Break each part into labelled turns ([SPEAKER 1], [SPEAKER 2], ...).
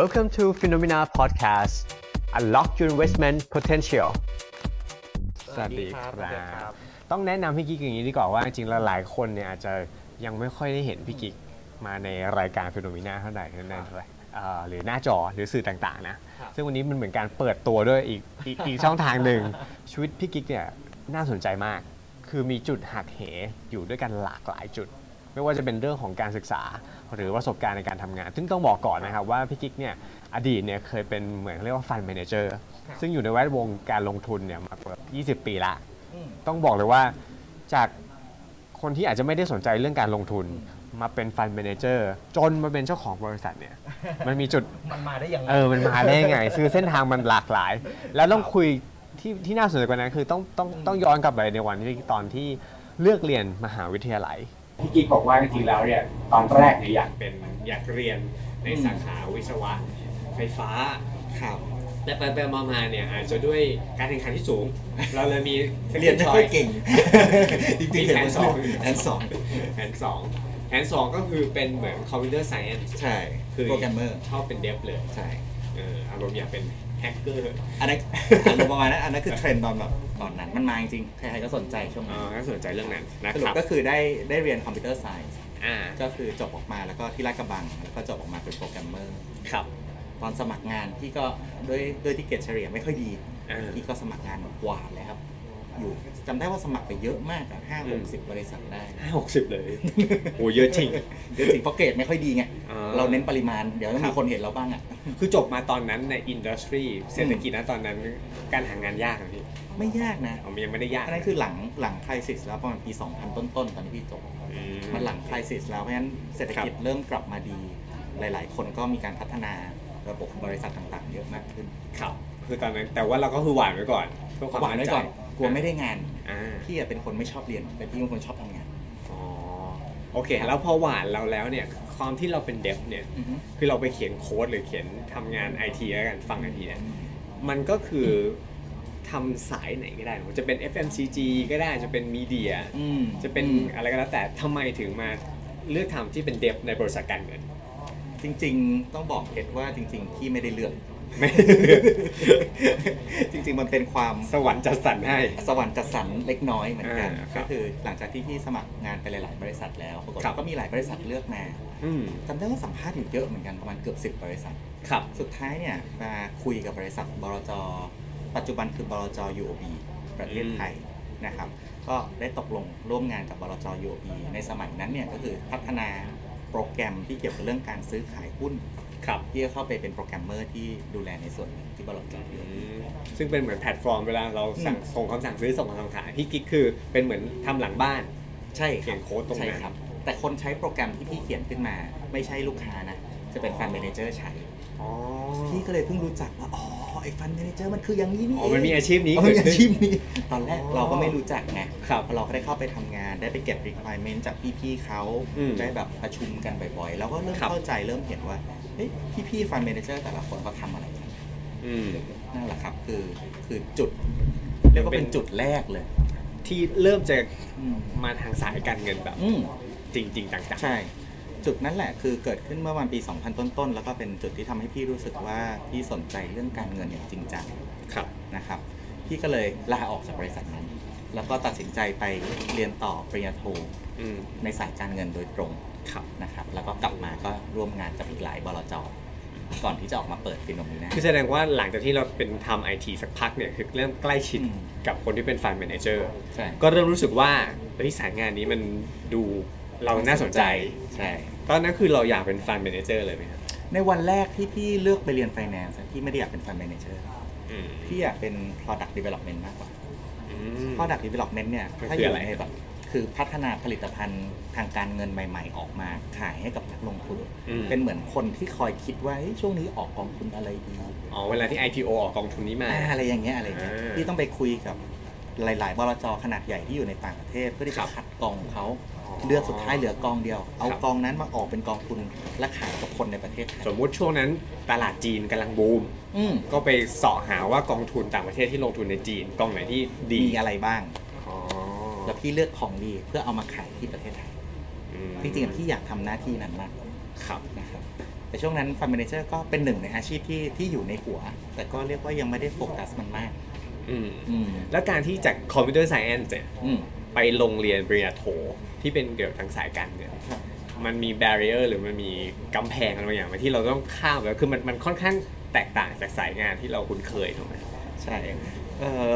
[SPEAKER 1] Welcome to Phenomena Podcast Unlock your investment potential สวัสดีครับ ต้องแนะนำพี่กิ๊กอย่างนี้ดีกว่าว่าจริงๆแล้วหลายคนเนี่ยอาจจะยังไม่ค่อยได้เห็นพี่กิ๊กมาในรายการ Phenomena เท่าไหร่นั่นเท่าไหร่เอ่อหรือหน้าจอหรือสื่อต่างๆนะ
[SPEAKER 2] ครับ
[SPEAKER 1] ซึ่งวันนี้มันเหมือนการเปิดตัวด้วยอีกอีกอีกช่องทางหนึ่ง ชีวิตพี่กิ๊กเนี่ยน่าสนใจมาก คือมีจุดหักเหอยู่ด้วยกันหลากหลายจุด ไม่ว่าจะเป็นเรื่องของการศึกษาหรือประสบการณ์ในการทำงาน ซึ่งต้องบอกก่อนนะครับว่าพี่กิ๊กเนี่ยอดีตเนี่ยเคยเป็นเหมือนเรียกว่าฟันแมเนเจอร์ซึ่งอยู่ในแวดวงการลงทุนเนี่ยมากว่า20 ปีละ
[SPEAKER 2] อืม
[SPEAKER 1] ต้องบอกเลยว่าจากคนที่อาจจะไม่ได้สนใจเรื่องการลงทุนมาเป็นฟันเมนเจอร์จนมาเป็นเจ้าของบริษัทเนี่ย มันมีจุด
[SPEAKER 2] มันมาได้ยังไง
[SPEAKER 1] เออ มันมาได้ยังไง คือเส้นทางมันหลากหลาย แล้วต้องคุยที่ที่น่าสนใจกว่านั้นคือต้องต้องต้องย้อนกลับไปในวันที่ตอนที่เลือกเรียนมหาวิทยาลัย
[SPEAKER 3] พี่กิ๊กบอกว่าจริงๆแล้วเนี่ยตอนแรกเนี่ยอยากเป็นอยากเรียนในสาขาวิศวะไฟฟ้า
[SPEAKER 4] ครับ
[SPEAKER 3] แต่ไปไปมามาเนี่ยอาจจะด้วยการแข่งขันที่สูง เราเลยมี
[SPEAKER 4] เรียนไม่ค่อยเก่ง จริงๆ
[SPEAKER 3] มี
[SPEAKER 4] เรียน
[SPEAKER 3] แผน
[SPEAKER 4] ไม่
[SPEAKER 3] ส
[SPEAKER 4] ค่
[SPEAKER 3] อ
[SPEAKER 4] อย
[SPEAKER 3] ง
[SPEAKER 4] แผนสอง
[SPEAKER 3] แผนสองแผนสองก็คือเป็นเหมือนคอมพิวเตอร์ไซเอนซ์
[SPEAKER 4] ใช่
[SPEAKER 3] คือ
[SPEAKER 4] โปรแกรมเมอร์
[SPEAKER 3] ชอบเป็นเดฟเลย
[SPEAKER 4] ใช่
[SPEAKER 3] เอออารมณ์อยากเป็นแฮกเกอร์
[SPEAKER 4] อันนั้นอารมณ์ประมาณนั้น อันนั้นคือเทรนด์ตอนแบบตอนนั้น มันมาจริงๆใครๆก็สนใจช่วง
[SPEAKER 3] อ๋
[SPEAKER 4] นั้น
[SPEAKER 3] อสนใจเรื่องนั้นนะ
[SPEAKER 4] ส
[SPEAKER 3] ค
[SPEAKER 4] รุป
[SPEAKER 3] รับ
[SPEAKER 4] ก็คือได้ได้เรียนคอมพิวเตอร์ไซน์
[SPEAKER 3] อ่า
[SPEAKER 4] ก็คือจบออกมาแล้วก็ที่ราชกระบัง แล้วก็จบออกมาเป็นโปรแกรมเมอร์
[SPEAKER 3] ครับ
[SPEAKER 4] ตอนสมัครงานพี่ก็ด้วยด้วยที่เกรดเฉลี่ยไม่ค่อยดี
[SPEAKER 3] อ่า
[SPEAKER 4] พี่ก็สมัครงานกว่าแล้วครับ อยู่จำได้ว่าสมัครไปเยอะมากอะห้าห
[SPEAKER 3] อืม
[SPEAKER 4] กสิบบริษัทได้
[SPEAKER 3] ห้าหกสิบเลยโอ้เยอะจริง
[SPEAKER 4] เยอะจริงเพราะเกรดไม่ค่อยดีไง
[SPEAKER 3] อ่า
[SPEAKER 4] เราเน้นปริมาณ เดี๋ยวต้องมีคนเห็นเราบ้างอะ
[SPEAKER 3] คือจบมาตอนนั้นในอินดัสทรีเศรษฐกิจนะตอนนั้นการหางานยากนะพี่
[SPEAKER 4] ไม่ยากนะ
[SPEAKER 3] ผมยังไม่ได้ยาก
[SPEAKER 4] อันนั้นคือหลังหลังคริสิสแล้วประมาณปี 2000 ต้นต้นๆตอนที่พี่จบ
[SPEAKER 3] ม
[SPEAKER 4] มันหลังคริสิสแล้วเพราะฉะนั้นเศรษฐกิจเริ่มกลับมาดี หลาย ๆ คนก็มีการพัฒนาระบบบริษัทต่างๆ เยอะมากขึ้น
[SPEAKER 3] ครับคือตอนนั้นแต่ว่าเราก็คือหวานไว้ก่อนเพื่อความ
[SPEAKER 4] หวังไว้
[SPEAKER 3] มั่ใจ
[SPEAKER 4] ก่อนกลัวไม่ได้งาน
[SPEAKER 3] อ่า
[SPEAKER 4] พี่อะเป็นคนไม่ชอบเรียนแต่พี่เป็นคนชอบทำงาน
[SPEAKER 3] อ๋อโอเค แล้วพอหวานเราแล้วเนี่ยความที่เราเป็นเดฟเนี่ย
[SPEAKER 4] อือฮึ
[SPEAKER 3] คือเราไปเขียนโค้ดหรือเขียนทำงานไอทีแล้วกันฟังไอทีเนี่ยมันก็คือทำสายไหนก็ได้จะเป็น FMCG ก็ได้จะเป็นมีเดีย
[SPEAKER 4] อืม
[SPEAKER 3] จะเป็น
[SPEAKER 4] อืม
[SPEAKER 3] อะไรก็แล้วแต่ทำไมถึงมาเลือกทำที่เป็นเดฟในบริษัทการเงิน
[SPEAKER 4] จริง ๆ ต้องบอกเพชรว่าจริง ๆ พี่ไม่ได้เลือก
[SPEAKER 3] ไม่ได้เลือก
[SPEAKER 4] จริง ๆ มันเป็นความ
[SPEAKER 3] สวรรค์จัดสรรให้
[SPEAKER 4] สวรรค์จัดสรรเล็กน้อยเหมือนกัน
[SPEAKER 3] อ่าครั
[SPEAKER 4] ก็
[SPEAKER 3] บ
[SPEAKER 4] คือหลังจากที่พี่สมัครงานไปหลาย ๆ บริษัทแล้วปรากฏ
[SPEAKER 3] ครับ
[SPEAKER 4] ก็มีหลายบริษัทเลือกมา
[SPEAKER 3] อืม
[SPEAKER 4] จำได้ว่าสัมภาษณ์อยู่เยอะเหมือนกันประมาณเกือบ 10 บริษัท
[SPEAKER 3] ครับ
[SPEAKER 4] สุดท้ายเนี่ยมาคุยกับบริษัทบลจปัจจุบันคือบลจ UOB ประเทศไทยนะครับ ก็ได้ตกลงร่วมงานกับบลจ UOB ในสมัยนั้นเนี่ยก็คือพัฒนาโปรแกรมที่เกี่ยวกับเรื่องการซื้อขายหุ้น
[SPEAKER 3] ครับ
[SPEAKER 4] ที่จะเข้าไปเป็นโปรแกรมเมอร์ที่ดูแลในส่วนนี้ที่บลจ UOB
[SPEAKER 3] ซึ่งเป็นเหมือนแพลตฟอร์มเวลาเราสั่ง
[SPEAKER 4] อืม
[SPEAKER 3] ส่งคำสั่งซื้อส่งคำสั่งขายพี่กิ๊กคือเป็นเหมือนทำหลังบ้าน
[SPEAKER 4] ใช่รับ
[SPEAKER 3] เขียนโค้ดตรงนั้น
[SPEAKER 4] ใช่ครับ แต่คนใช้โปรแกรมที่พี่เขียนขึ้นมา ไม่ใช่ลูกค้านะ จะเป็นฟันเมนเจอร์ใช้
[SPEAKER 3] อ๋อ
[SPEAKER 4] พี่ก็เลยเพิ่งรู้จักว่า อ๋อ ไอ้ฟันเมนเจอร์มันคืออย่างนี้นี่
[SPEAKER 3] อ๋อมันมีอาชีพนี้
[SPEAKER 4] เออมันมี
[SPEAKER 3] เกิดขึ้น
[SPEAKER 4] อาชีพนี้ ตอนแรก
[SPEAKER 3] อ๋อ
[SPEAKER 4] เราก็ไม่รู้จักไง
[SPEAKER 3] ครับ
[SPEAKER 4] พอเราก็ได้เข้าไปทำงาน ได้ไปเก็บ requirement จากพี่ๆเขา
[SPEAKER 3] อืม
[SPEAKER 4] ได้แบบประชุมกันบ่อยๆ แล้วก็เริ่ม
[SPEAKER 3] ครับ
[SPEAKER 4] เข้าใจเริ่มเห็นว่า เฮ้ย พี่ๆฟันเมนเจอร์แต่ละคนเขาทำอะไรกัน
[SPEAKER 3] อืม
[SPEAKER 4] นั่นแหละครับ คือ คือจุด เรียกว่าเป็นจุดแรกเลย
[SPEAKER 3] ที่เริ่มจะ
[SPEAKER 4] อืม
[SPEAKER 3] มาทางสายการเงินแบบ
[SPEAKER 4] อืม
[SPEAKER 3] จริงจริงๆจัง
[SPEAKER 4] ใช่ จุดนั้นแหละคือเกิดขึ้นเมื่อวันปี 2000 ต้นๆ แล้วก็เป็นจุดที่ทำให้พี่รู้สึกว่าพี่สนใจเรื่องการเงินอย่างจริงจัง
[SPEAKER 3] ๆ ครับ
[SPEAKER 4] นะครับ พี่ก็เลยลาออกจากบริษัทนั้น แล้วก็ตัดสินใจไปเรียนต่อปริญญาโท
[SPEAKER 3] อืม
[SPEAKER 4] ในสายการเงินโดยตรง
[SPEAKER 3] ครับ
[SPEAKER 4] นะครับ แล้วก็กลับมาก็ร่วมงานกับอีกหลายบลจก่อนที่จะออกมาเปิดฟิโนมีนา
[SPEAKER 3] คือแสดงว่าหลังจากที่เราเป็นทำไอทีสักพักเนี่ยคือเริ่มใกล้ชิด
[SPEAKER 4] อืม
[SPEAKER 3] กับคนที่เป็นฟันแมเนเจอร์
[SPEAKER 4] ใช่
[SPEAKER 3] ก็เริ่มรู้สึกว่าเฮ้ยสายงานนี้มันดูเราน่าสนใจ
[SPEAKER 4] ใช่
[SPEAKER 3] ตอนนั้นคือเราอยากเป็นฟันแมเนเจอร์เลยไหมครับ
[SPEAKER 4] ในวันแรกที่พี่เลือกไปเรียนไฟแนนซ์พี่ไม่ได้อยากเป็น Fund Manager
[SPEAKER 3] อืม
[SPEAKER 4] พี่อยากเป็น Product Development มากกว่า
[SPEAKER 3] อืม
[SPEAKER 4] Product Development เนี่ย
[SPEAKER 3] มัน
[SPEAKER 4] ถ้า
[SPEAKER 3] คือ
[SPEAKER 4] อ
[SPEAKER 3] อะ
[SPEAKER 4] ยู่
[SPEAKER 3] ไร
[SPEAKER 4] ในแบบคือพัฒนาผลิตภัณฑ์ทางการเงินใหม่ๆ ออกมาขายให้กับนักลงทุน
[SPEAKER 3] อืม
[SPEAKER 4] เป็นเหมือนคนที่คอยคิดว่าเฮ้ยช่วงนี้ออกกองทุนอะไรดี
[SPEAKER 3] อ๋อเวลาที่ IPO ออกกองทุนนี้มา
[SPEAKER 4] อ่าอะไรอย่างเงี้ยอะไรเงี้ย
[SPEAKER 3] อ่า
[SPEAKER 4] ที่ต้องไปคุยกับหลายๆบลจขนาดใหญ่ที่อยู่ในต่างประเทศเพื่อที่
[SPEAKER 3] ครั
[SPEAKER 4] จะ
[SPEAKER 3] บ
[SPEAKER 4] คัดกรองเขา
[SPEAKER 3] อ๋อ
[SPEAKER 4] เลือกสุดท้ายเหลือกองเดียว เอา
[SPEAKER 3] ครับ
[SPEAKER 4] กองนั้นมาออกเป็นกองทุนและขายกับคนในประเทศไทย
[SPEAKER 3] สมมุติช่วงนั้นตลาดจีนกำลังบูม
[SPEAKER 4] อืม
[SPEAKER 3] ก็ไปเสาะหาว่ากองทุนต่างประเทศที่ลงทุนในจีนกองไหนที่ดี
[SPEAKER 4] มีอะไรบ้าง
[SPEAKER 3] อ๋อ
[SPEAKER 4] แล้วพี่เลือกของดีเพื่อเอามาขายที่ประเทศไทย
[SPEAKER 3] อืม
[SPEAKER 4] จริงๆอะพี่อยากทำหน้าที่นั้นมากกว่า
[SPEAKER 3] ครับ
[SPEAKER 4] นะครับ แต่ช่วงนั้นฟันเมนเจอร์ก็เป็นหนึ่งในอาชีพที่ที่อยู่ในหัว แต่ก็เรียกว่ายังไม่ได้โฟกัสมันมาก
[SPEAKER 3] อืม
[SPEAKER 4] อืม
[SPEAKER 3] แล้วการที่จากคอมพิวเตอร์ไซเอนซ์เนี่ย
[SPEAKER 4] อืม
[SPEAKER 3] ไปลงเรียนปริญญาโทที่เป็นเกี่ยวกับทางสายการเงินมันมี b a r r i e r หรือมันมีกำแพงอะไรบางอย่างไหมที่เราต้องข้ามแล้วคือมันมันค่อนข้างแตกต่างจากสายงานที่เราคุ้นเคยถูกไหม
[SPEAKER 4] ใช่เอ่อ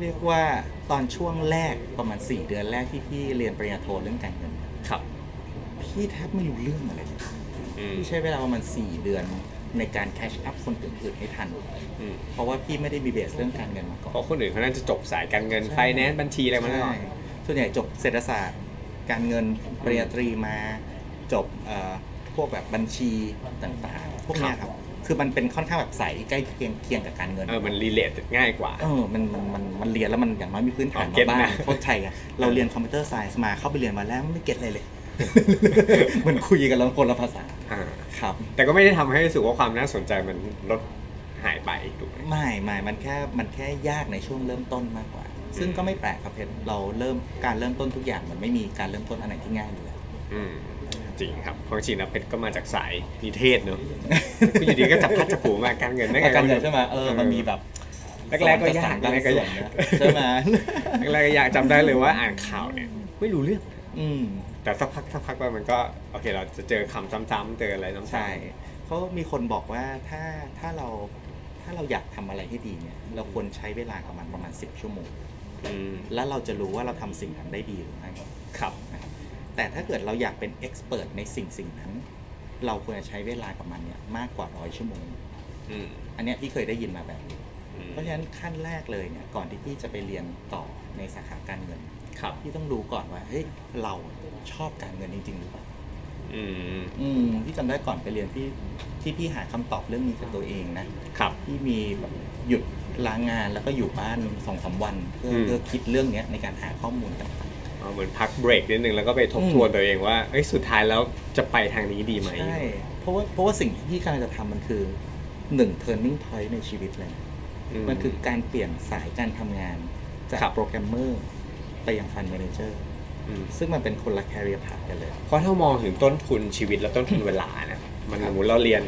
[SPEAKER 4] เรียกว่าตอนช่วงแรกประมาณ 4 เดือนแรกที่พี่เรียนปริญญาโทเรื่องการเงิน
[SPEAKER 3] ครับ
[SPEAKER 4] พี่แทบไม่รู้เรื่องอะไรเลย
[SPEAKER 3] อืม
[SPEAKER 4] พี่ใช้เวลาประมาณ 4 เดือนในการแคชอัพคนอื่นๆให้ทัน
[SPEAKER 3] อืม
[SPEAKER 4] เพราะว่าพี่ไม่ได้มีเบสเรื่องการเงินมาก่อน
[SPEAKER 3] เพราะคนอื่นเขาน่าจะจบสายการเงินไฟแนนซ์บัญชีอะไรมาแล้ว
[SPEAKER 4] ใช่ส่วนใหญ่จบเศรษฐศาสตร์ การเงินปริญญาตรีมาจบเอ่อพวกแบบบัญชีต่างๆ พวกเนี้ยครับคือมันเป็นค่อนข้างแบบใสใกล้เคียงเคียงกับการเงิน
[SPEAKER 3] เออมันรีเลทง่ายกว่า
[SPEAKER 4] เออมันมัน มัน มันเรียนแล้วมันอย่างน้อยมีพื้นฐาน
[SPEAKER 3] อ๋อเก็
[SPEAKER 4] มา
[SPEAKER 3] ต
[SPEAKER 4] บ้าง
[SPEAKER 3] นะ
[SPEAKER 4] เข้าใจอะเราเรียนคอมพิวเตอร์ไซส์มาเข้าไปเรียนมาแล้วไม่เก็ตอะไรเลย มันคุยกันแล้วคนละภาษา
[SPEAKER 3] อ่า
[SPEAKER 4] ครับ
[SPEAKER 3] แต่ก็ไม่ได้ทำให้รู้สึกว่าความน่าสนใจมันลดหายไปถูกไหม
[SPEAKER 4] ไม่ไม่มันแค่ มันแค่ยากในช่วงเริ่มต้นมากกว่า ซึ่งก็ไม่แปลกครับเพชรเราเริ่ม การเริ่มต้นทุกอย่างมันไม่มีการเริ่มต้นอันไหนที่ง่ายอยู่แล้ว
[SPEAKER 3] อืมจริงครับเพราะจริงนะเพชรก็มาจากสายนิเทศเนอะ คุณอยู่ดีก็จับพัดจับผูมาการเงินได้ไง
[SPEAKER 4] การเงินใช่ไหมเออ มันมีแบบ
[SPEAKER 3] แรกๆก็ยาก
[SPEAKER 4] สอนบสม
[SPEAKER 3] แรกๆก็ยาก
[SPEAKER 4] บางส่วนนะใช่ ไหม
[SPEAKER 3] แรกๆก็ยากจำได้เลยว่าอ่านข่าวเนี่ยไม่รู้เรื่อง
[SPEAKER 4] อืม
[SPEAKER 3] แต่สักพักสักพักไปมันก็โอเคเราจะเจอคำซ้ำๆเจออะไรซ้ำๆ
[SPEAKER 4] ใช่เขามีคนบอกว่าถ้าถ้าเราถ้าเราอยากทำอะไรให้ดีเนี่ยเราควรใช้เวลากับมันประมาณ 10 ชั่วโมง
[SPEAKER 3] อืม
[SPEAKER 4] แล้วเราจะรู้ว่าเราทำสิ่งนั้นได้ดีหรือไม่
[SPEAKER 3] ครับ
[SPEAKER 4] นะครับแต่ถ้าเกิดเราอยากเป็นเอ็กซ์เพรสในสิ่งสิ่งนั้น เราควรจะใช้เวลากับมันเนี่ยมากกว่าร้อยชั่วโมง
[SPEAKER 3] อืม
[SPEAKER 4] อันเนี้ยพี่เคยได้ยินมาแบบนี้
[SPEAKER 3] อืม
[SPEAKER 4] เพราะฉะนั้นขั้นแรกเลยเนี่ยก่อนที่พี่จะไปเรียนต่อในสาขาการเงิน
[SPEAKER 3] ครับ
[SPEAKER 4] พี่ต้องรู้ก่อนว่าเฮ้ยเราชอบการเงินจริงๆหรือเปล่า
[SPEAKER 3] อืม
[SPEAKER 4] อืมพี่จำได้ก่อนไปเรียนพี่ที่พี่หาคำตอบเรื่องนี้กับตัวเองนะครับ พี่มีแบบหยุดลางงานแล้วก็อยู่บ้านสองสามวันเพื่อ
[SPEAKER 3] อืม
[SPEAKER 4] เพื่อคิดเรื่องเนี้ยในการหาข้อมูลต่าง
[SPEAKER 3] เอาเหมือนพักเบรกนิดนึงแล้วก็ไปทบ
[SPEAKER 4] อืม
[SPEAKER 3] ทวนตัวเองว่าเอ้ยสุดท้ายแล้วจะไปทางนี้ดีไหม
[SPEAKER 4] ใช่เพราะว่าเพราะว่าสิ่งที่พี่กำลังจะทำมันคือหนึ่ง turning point ในชีวิตเลยนะ
[SPEAKER 3] ม
[SPEAKER 4] มันคือการเปลี่ยนสายการทำงาน จาก
[SPEAKER 3] ครับ
[SPEAKER 4] โปรแกรมเมอร์ไปยังฟัน m a เ a เจอร์
[SPEAKER 3] ม
[SPEAKER 4] ซึ่งมันเป็นคนละ career path กันเลย
[SPEAKER 3] เพราะถ้ามองถึงต้นทุนชีวิตและต้นทุนเวลาเนี่ยมันสมมติเราเรียน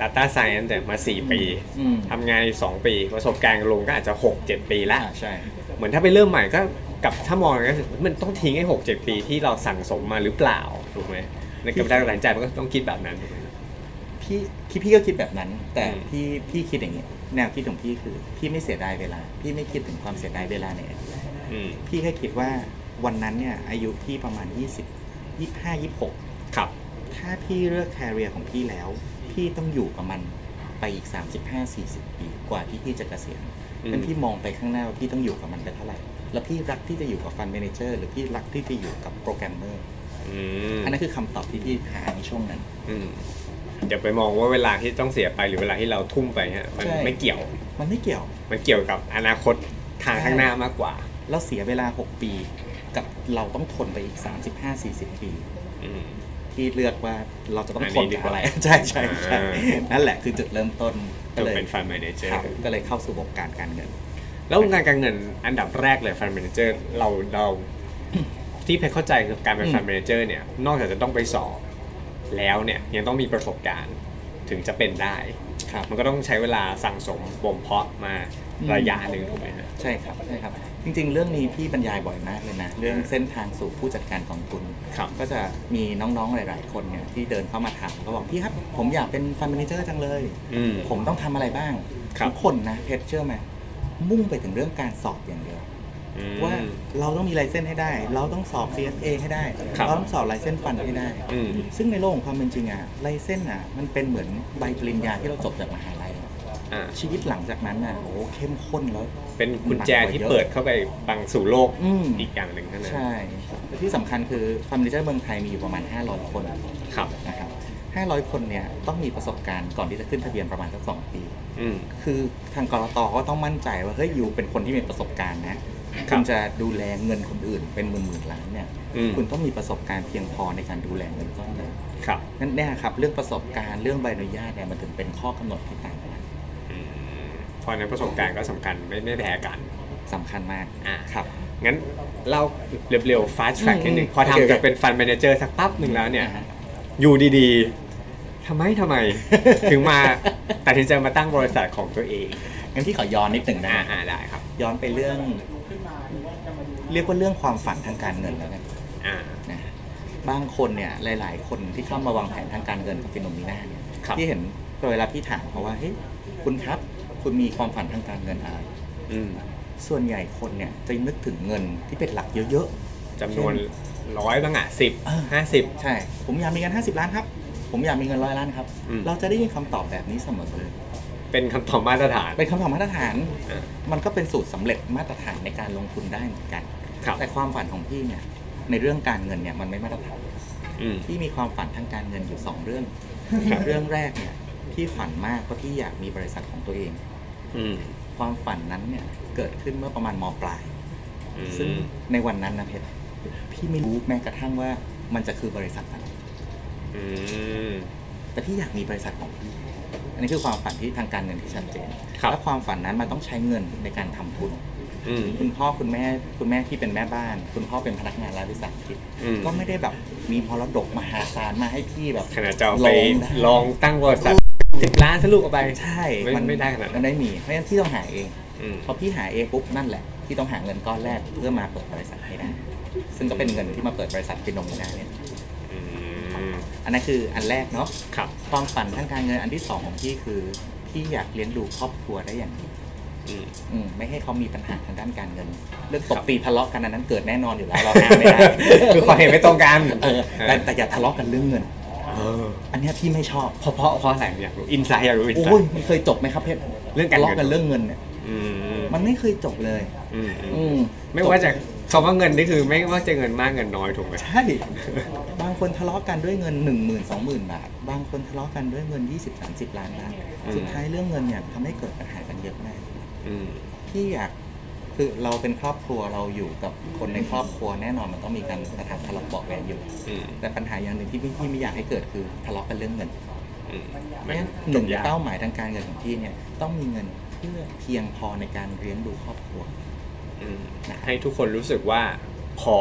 [SPEAKER 3] Data Science แต่ยมา 4 ปี
[SPEAKER 4] อืม
[SPEAKER 3] ทำงานอีก 2 ปี ประสบการณ์ลงก็อาจจะ 6 7 ปีละ
[SPEAKER 4] อ่าใช่
[SPEAKER 3] เหมือนถ้าไปเริ่มใหม่ก็กับถ้ามองอย่างนั้นมันต้องทิ้งไอ้6 7 ปีที่เราสั่งสมมาหรือเปล่า ถูกไหมในการตัดสินใจมันก็ต้องคิดแบบนั้นถูกไหม
[SPEAKER 4] พี่พี่พี่ก็คิดแบบนั้น แต่
[SPEAKER 3] อืม
[SPEAKER 4] พี่พี่คิดอย่างนี้ยแนวคิดของพี่คือ พี่ไม่เสียดายเวลา พี่ไม่คิดถึงความเสียดายเวลาในอดีต
[SPEAKER 3] อืม
[SPEAKER 4] พี่แค่คิดว่าวันนั้นเนี่ยอายุพี่ประมาณ 20 25 26
[SPEAKER 3] ครับ
[SPEAKER 4] ถ้าพี่เลือกแคริเอร์ของพี่แล้ว พี่ต้องอยู่กับมันไปอีก 35 40 ปีกว่าที่พี่จะเกษียณ
[SPEAKER 3] อืม
[SPEAKER 4] เป็นพี่มองไปข้างหน้าว่าพี่ต้องอยู่กับมันไปเท่าไหร่ แล้วพี่รักที่จะอยู่กับฟันเมนเจอร์หรือพี่รักที่จะอยู่กับโปรแกรมเมอร์
[SPEAKER 3] อืม
[SPEAKER 4] อันนั้นคือคำตอบที่พี่หาในช่วงนั้น
[SPEAKER 3] อืมอย่าไปมองว่าเวลาที่ต้องเสียไปหรือเวลาที่เราทุ่มไปฮะมัน
[SPEAKER 4] ใช่
[SPEAKER 3] ไม่เกี่ยว
[SPEAKER 4] มันไม่เกี่ยว
[SPEAKER 3] มันเกี่ยวกับอนาคตทางข้างหน้ามากกว่า
[SPEAKER 4] เราเสียเวลา 6 ปี กับเราต้องทนไปอีก 35-40 ปี
[SPEAKER 3] อืม
[SPEAKER 4] ที่เลือกว่าเราจะต้อง
[SPEAKER 3] อัน
[SPEAKER 4] ท
[SPEAKER 3] นี้
[SPEAKER 4] น
[SPEAKER 3] ดี
[SPEAKER 4] กับ
[SPEAKER 3] กว่า
[SPEAKER 4] อะไร ใช่ใช่ใช่
[SPEAKER 3] อ่า
[SPEAKER 4] นั่นแหละคือจุดเริ่มต้น
[SPEAKER 3] จ
[SPEAKER 4] ก็
[SPEAKER 3] น
[SPEAKER 4] เลย
[SPEAKER 3] เป็นฟันแมเนเจอ
[SPEAKER 4] ครับ
[SPEAKER 3] ร์
[SPEAKER 4] ก็เลยเข้าสู่วงการการเงิน
[SPEAKER 3] แล้ววงการการเงินอันดับแรกเลยฟันเมนเจอร์เราเรา ที่เพชรเข้าใจคือการเป็น
[SPEAKER 4] อืม
[SPEAKER 3] ฟันเมนเจอร์เนี่ย นอกจากจะต้องไปสอบ แล้วเนี่ยยังต้องมีประสบการณ์ ถึงจะเป็นได้
[SPEAKER 4] ครับ
[SPEAKER 3] มันก็ต้องใช้เวลาสั่งสมบ่มเพาะมา
[SPEAKER 4] อืม
[SPEAKER 3] ระยะหนึ่งถูกไหมฮะ
[SPEAKER 4] ใช่ครับใช่ครับ จริงๆ เรื่องนี้พี่บรรยายบ่อยมากเลยนะ เรื่องเส้นทางสู่ผู้จัดการกองทุน
[SPEAKER 3] ครับ
[SPEAKER 4] ก็จะมีน้องๆ หลาย ๆ คนเนี่ยที่เดินเข้ามาถามก็บอกพี่ครับ ผมอยากเป็นฟันเมนเจอร์จังเลย
[SPEAKER 3] อืม
[SPEAKER 4] ผมต้องทำอะไรบ้าง
[SPEAKER 3] ครับ
[SPEAKER 4] ทุกคนนะเพชรเชื่อไหมมุ่งไปถึงเรื่องการสอบอย่างเดียว
[SPEAKER 3] อืม
[SPEAKER 4] ว่าเราต้องมีไลเซนส์ให้ได้ เราต้องสอบ CFA ให้ได้
[SPEAKER 3] ครับ
[SPEAKER 4] เราต้องสอบไลเซนส์ฟันให้ได้
[SPEAKER 3] อืม
[SPEAKER 4] ซึ่งในโลกของความเป็นจริงอะไลเซนส์อะมันเป็นเหมือนใบปริญญาที่เราจบจากมหาลัยอะ
[SPEAKER 3] อ่า
[SPEAKER 4] ชีวิตหลังจากนั้นอะโอ้โหเข้มข้นแล้ว
[SPEAKER 3] เป็นกุญแจที่เปิดเข้าไปบังสู่โลก
[SPEAKER 4] อืม
[SPEAKER 3] อีกอย่างหนึ่งเท่านั้น
[SPEAKER 4] ใช่แต่ที่สำคัญคือฟันเดเจอร์เมืองไทยมีอยู่ประมาณ 500 คน
[SPEAKER 3] ครับ
[SPEAKER 4] นะครับ 500 คนเนี่ยต้องมีประสบการณ์ก่อนที่จะขึ้นทะเบียนประมาณสักสองปี
[SPEAKER 3] อืม
[SPEAKER 4] คือทางกรตก็ต้องมั่นใจว่าเฮ้ยยูเป็นคนที่มีประสบการณ์นะ
[SPEAKER 3] ครั
[SPEAKER 4] คุ
[SPEAKER 3] บ
[SPEAKER 4] ณจะดูแลเงินคนอื่นเป็นหมื่นหมื่นๆล้านเนี่ย
[SPEAKER 3] อืม
[SPEAKER 4] คุณต้องมีประสบการณ์เพียงพอในการดูแลเงินก้อนนั้น
[SPEAKER 3] ครับ
[SPEAKER 4] นั่นแน่ครับ เรื่องประสบการณ์เรื่องใบอนุญาตเนี่ยมันถึงเป็นข้อกำหนดที่ต่างกัน
[SPEAKER 3] อืมเพราะฉะนั้นประสบการณ์ก็สำคัญไม่ไม่แพ้กัน
[SPEAKER 4] สำคัญมาก
[SPEAKER 3] อ่า
[SPEAKER 4] ครับ
[SPEAKER 3] งั้นเล่าเร็วๆ fast track
[SPEAKER 4] อืม
[SPEAKER 3] นิดนึง
[SPEAKER 4] อืม
[SPEAKER 3] พอ
[SPEAKER 4] โอเค
[SPEAKER 3] ทำจาก
[SPEAKER 4] โอเค
[SPEAKER 3] เป็นฟัน m ม n นเจอร์สักปั๊บหนึ่งแล้วเนี่ย
[SPEAKER 4] อ่าฮะ
[SPEAKER 3] อยู่ดี ทำไมทำไม ถึงมา ตัดสินใจมาตั้งบริษัทของตัวเอง
[SPEAKER 4] งั้นพี่ขอย้อนนิดหนึ่งนะ
[SPEAKER 3] อ่าอ่าได้ครับ
[SPEAKER 4] ย้อนไปเรื่อง เรียกว่าเรื่องความฝันทางการเงินแล้วกัน
[SPEAKER 3] อ่า
[SPEAKER 4] นะบางคนเนี่ยหลาย ๆ คนที่เข้ามาวางแผนทางการเงินกับฟิโนมีนาเนี่ย
[SPEAKER 3] ครับ
[SPEAKER 4] ที่เห็นเวลาพี่ถามเขาว่าเฮ้ยคุณครับคุณมีความฝันทางการเงินอะไร
[SPEAKER 3] อืม
[SPEAKER 4] ส่วนใหญ่คนเนี่ยจะนึกถึงเงินที่เป็นหลักเยอะ
[SPEAKER 3] จำนวนร้อยบ้างอ่ะสิบห้าสิบ
[SPEAKER 4] ๆ ใช่ ผมอยากมีเงิน50 ล้านครับ ผมอยากมีเงินร้อยล้านครับ
[SPEAKER 3] อืม
[SPEAKER 4] เราจะได้ยินคำตอบแบบนี้เสมอเลย
[SPEAKER 3] เป็นคำตอบมาตรฐาน
[SPEAKER 4] เป็นคำตอบมาตรฐาน
[SPEAKER 3] อ่า
[SPEAKER 4] มันก็เป็นสูตรสำเร็จมาตรฐานในการลงทุนได้เหมือนกัน
[SPEAKER 3] ครับ
[SPEAKER 4] แต่ความฝันของพี่เนี่ยในเรื่องการเงินเนี่ยมันไม่มาตรฐาน
[SPEAKER 3] อืม
[SPEAKER 4] พี่มีความฝันทางการเงินอยู่สองเรื่อง
[SPEAKER 3] ครับ
[SPEAKER 4] เรื่องแรกเนี่ยพี่ฝันมากเพราะพี่อยากมีบริษัทของตัวเอง
[SPEAKER 3] อืม
[SPEAKER 4] ความฝันนั้นเนี่ยเกิดขึ้นเมื่อประมาณมปลาย
[SPEAKER 3] อืม
[SPEAKER 4] ซึ่งในวันนั้นนะเพชรพี่ไม่รู้แม้กระทั่งว่ามันจะคือบริษัทอะไร
[SPEAKER 3] อืม
[SPEAKER 4] แต่พี่อยากมีบริษัทของพี่ อันนี้คือความฝันที่ทางการเงินที่ชัดเจน
[SPEAKER 3] ครับ
[SPEAKER 4] และความฝันนั้นมันต้องใช้เงินในการทำทุน
[SPEAKER 3] อืม
[SPEAKER 4] คุณพ่อคุณแม่คุณแม่ที่เป็นแม่บ้าน คุณพ่อเป็นพนักงานร้านวิสาหกิจ
[SPEAKER 3] อืม
[SPEAKER 4] ก็ไม่ได้แบบมีมรดกมหาศาลมาให้พี่แบบ
[SPEAKER 3] ขนาดจะเอาไป
[SPEAKER 4] ลองได้
[SPEAKER 3] ลองตั้งบริษัทสิบล้านสรุปออกไป
[SPEAKER 4] ใช่
[SPEAKER 3] ไม่ไม่ได้ขนาดนั้น
[SPEAKER 4] มันไม่มีเพราะฉะนั้นพี่ต้องหาเอง
[SPEAKER 3] อืม
[SPEAKER 4] พอพี่หาเองปุ๊บนั่นแหละพี่ต้องหาเงินก้อนแรกเพื่อมาเปิดบริษัทให้ได้ซึ่งก็เป็นเงินที่มาเปิดบริษัทเป็นนมนาเนี่ย
[SPEAKER 3] อืม
[SPEAKER 4] อันนั้นคืออันแรกเนาะ
[SPEAKER 3] ครับ
[SPEAKER 4] ความฝันทางการเงินอันที่สองของพี่คือพี่อยากเลี้ยงดูครอบครัวได้อย่างดี
[SPEAKER 3] อืม
[SPEAKER 4] อืมไม่ให้เขามีปัญหาทางด้านการเงิน เรื่องต
[SPEAKER 3] ค
[SPEAKER 4] บ
[SPEAKER 3] รับ
[SPEAKER 4] ตีทะเลาะกันอันนั้นเกิดแน่นอนอยู่แล้วเราห้ามไม่ได้
[SPEAKER 3] คือความเห็นไม่ตรงกัน
[SPEAKER 4] เออแต่แต่อย่าทะเลาะกันเรื่องเงิน
[SPEAKER 3] เออ
[SPEAKER 4] อันเนี้ยพี่ไม่ชอบ
[SPEAKER 3] เพราะเพราะเพราะอะไรอยากรู้อินไซด์อยากรู้อินไซ
[SPEAKER 4] โอ้ย
[SPEAKER 3] ด์
[SPEAKER 4] มันเคยจบไหมครับเพชร
[SPEAKER 3] เรื่องการเงิน
[SPEAKER 4] ทะเลาะกันเรื่องเงินเนี่ย
[SPEAKER 3] อืม
[SPEAKER 4] มันไม่เคยจบเลย
[SPEAKER 3] อืมอื
[SPEAKER 4] อื
[SPEAKER 3] ม
[SPEAKER 4] ม
[SPEAKER 3] ไม่ว่าจะคำว่าเงินนี่คือไม่ว่าจะเงินมากเงินน้อยถูกไหม
[SPEAKER 4] ใช่ บางคนทะเลาะกันด้วยเงินหนึ่งหมื่นสองหมื่นบาท บางคนทะเลาะกันด้วยเงินยี่สิบสามสิบล้านบาทสุดท้ายเรื่องเงินเนี่ยทำให้เกิดปัญหากันเยอะมาก
[SPEAKER 3] อืม
[SPEAKER 4] ที่อยากคือเราเป็นครอบครัวเราอยู่กับคนในครอบครัวแน่นอนมันต้องมีการกระทำทะเลาะเบาะแวงอยู่
[SPEAKER 3] อืม
[SPEAKER 4] แต่ปัญหาอย่างหนึ่งที่พี่พี่ไม่อยากให้เกิดคือทะเลาะกันเรื่องเงิน
[SPEAKER 3] อืม
[SPEAKER 4] เพ
[SPEAKER 3] ไม่
[SPEAKER 4] ราะฉะนั้นห
[SPEAKER 3] จ
[SPEAKER 4] นึ่ง
[SPEAKER 3] บ
[SPEAKER 4] ใน
[SPEAKER 3] ยาก
[SPEAKER 4] เป้าหมายทางการเงินของพี่เนี่ยต้องมีเงินเพื่อเพียงพอในการเลี้ยงดูครอบครัว
[SPEAKER 3] อืมให้ทุกคนรู้สึกว่าพอ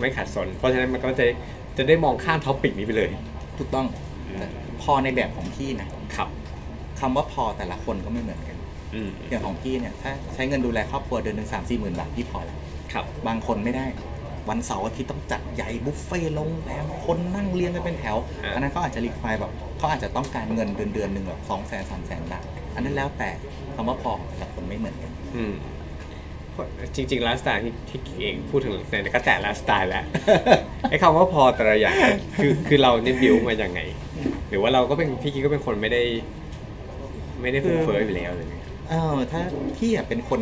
[SPEAKER 3] ไม่ขัดสน เพราะฉะนั้นมันก็จะจะได้มองข้ามท็อปิกนี้ไปเลย
[SPEAKER 4] ถูกต้อง
[SPEAKER 3] อืม
[SPEAKER 4] พอในแบบของพี่นะครับ คำว่าพอแต่ละคนก็ไม่เหมือนกัน
[SPEAKER 3] อืม
[SPEAKER 4] อย่างของพี่เนี่ยถ้าใช้เงินดูแลครอบครัวเดือนหนึ่งสามสี่หมื่นบาทพี่พอแล้ว
[SPEAKER 3] ครับ
[SPEAKER 4] บางคนไม่ได้ วันเสาร์อาทิตย์ต้องจัดใหญ่บุฟเฟ่ต์โรงแรมคนนั่งเรียงกันเป็นแถว
[SPEAKER 3] อ่า
[SPEAKER 4] อันนั้นเขาอาจจะรีควายแบบเขาอาจจะต้องการเงินเดือนเดือนหนึ่งแบบสองแสนสามแสนบาทอันนั้นแล้วแต่คำว่าพอแต่ละคนไม่เหมือนกัน
[SPEAKER 3] อืมจริงๆไลฟ์สไตล์ที่ที่เองพูดถึงเนี่ยก็แต่ไลฟ์สไตล์แล้ว ไอ้คำว่าพอแต่ละอย่างคือคือเราเนี่ยบิวมาอย่างไง หรือว่าเราก็เป็นพี่กิ๊กก็เป็นคนไม่ได้ ไม่ได้ฟุ่มเฟือยอยู่แล้วเลยเนี่ย
[SPEAKER 4] เออถ้าพี่อะเป็นคน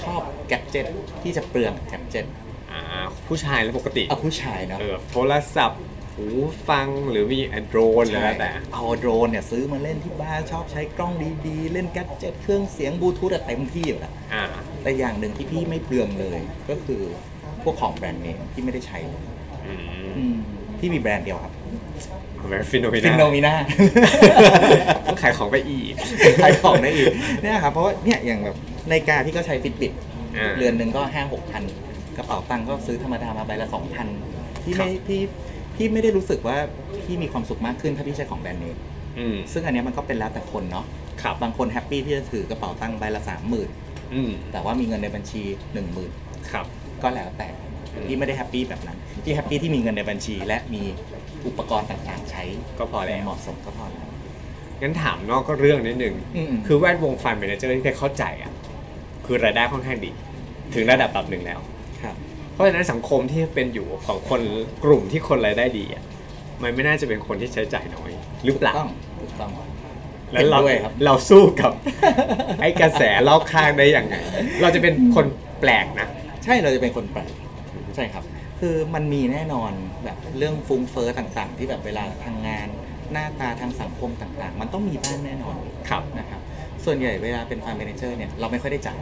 [SPEAKER 4] ชอบแกจเจ็ตที่จะเปลืองแกจเจ็ต
[SPEAKER 3] อ่า ผู้ชายแล้วปกติ
[SPEAKER 4] เอาผู้ชายเนาะ
[SPEAKER 3] เออโทรศัพท์หูฟังหรือมีแอนโดรนหรืออะไรแต่
[SPEAKER 4] ใช่เอาโดรนเนี่ยซื้อมาเล่นที่บ้านชอบใช้กล้องดีๆ เล่นแกจเจ็ตเครื่องเสียงบลูทูธอะเต็มที่อยู่แล้ว
[SPEAKER 3] อ่า
[SPEAKER 4] แต่อย่างหนึ่งที่พี่ไม่เปลืองเลยก็คือพวกของแบรนด์เนมที่ไม่ได้ใช้เลย
[SPEAKER 3] อืม
[SPEAKER 4] อืมพี่มีแบรนด์เดียวครับ
[SPEAKER 3] เวฟินโนมิ
[SPEAKER 4] ฟินโน
[SPEAKER 3] นา
[SPEAKER 4] มิน่า
[SPEAKER 3] ต้องขายของไปอีก
[SPEAKER 4] ขายของได้อีกเนี่ยครับเพราะว่าเนี่ยอย่างแบบนาฬิกาที่ก็ใช้ฟิตบิต
[SPEAKER 3] อ่า
[SPEAKER 4] เรือนหนึ่งก็ห้าหกพันกระเป๋าตังค์ก็ซื้อธรรมดามาใบละสองพันพี่ไม่พี่พี่ไม่ได้รู้สึกว่าพี่มีความสุขมากขึ้นถ้าพี่ใช้ของแบรนด์เนม
[SPEAKER 3] อืม
[SPEAKER 4] ซึ่งอันเนี้ยมันก็เป็นแล้วแต่คนเนาะ
[SPEAKER 3] ครับ
[SPEAKER 4] บางคนแฮปปี้ที่จะถือกระเป๋าตังค์ใบละสามหมื่น
[SPEAKER 3] อืม
[SPEAKER 4] แต่ว่ามีเงินในบัญชีหนึ่งหมื่น
[SPEAKER 3] ครับ
[SPEAKER 4] ก็แล้วแต่
[SPEAKER 3] อืม
[SPEAKER 4] พี่ไม่ได้แฮปปี้แบบนั้นพี่แฮปปี้ที่มีเงินในบัญชี และมีอุปกรณ์ต่างๆ ใช้
[SPEAKER 3] ก็พอแล้ว
[SPEAKER 4] เหมาะสมก็พอแล้ว
[SPEAKER 3] งั้นถามนอกก็เรื่องนิดนึง
[SPEAKER 4] อืมๆ
[SPEAKER 3] คือแวดวงฟันเมนเจอร์ที่ได้เข้าใจอ่ะ คือรายได้ค่อนข้างดี ถึงระดับแบบหนึ่งแล้ว
[SPEAKER 4] ครับ
[SPEAKER 3] เพราะฉะนั้นสังคมที่เป็นอยู่ของคนกลุ่มที่คนรายได้ดีอ่ะ มันไม่น่าจะเป็นคนที่ใช้จ่ายน้อย หรือเปล่า
[SPEAKER 4] ต้องถูกต้อง
[SPEAKER 3] แล้วเรา
[SPEAKER 4] เห็นด้วยครับ
[SPEAKER 3] เราสู้กับ ไอ้กระแสรอบข้างได้ยังไง เราจะเป็นคนแปลกนะ
[SPEAKER 4] ใช่เราจะเป็นคนแปลกใช่ครับ คือมันมีแน่นอนแบบเรื่องฟุ้งเฟ้อต่างๆ ที่แบบเวลาทางงาน หน้าตาทางสังคมต่างๆ มันต้องมีบ้างแน่นอน
[SPEAKER 3] ครับ
[SPEAKER 4] นะครับ ส่วนใหญ่เวลาเป็นฟาร์มเมนเจอร์เนี่ยเราไม่ค่อยได้จ่าย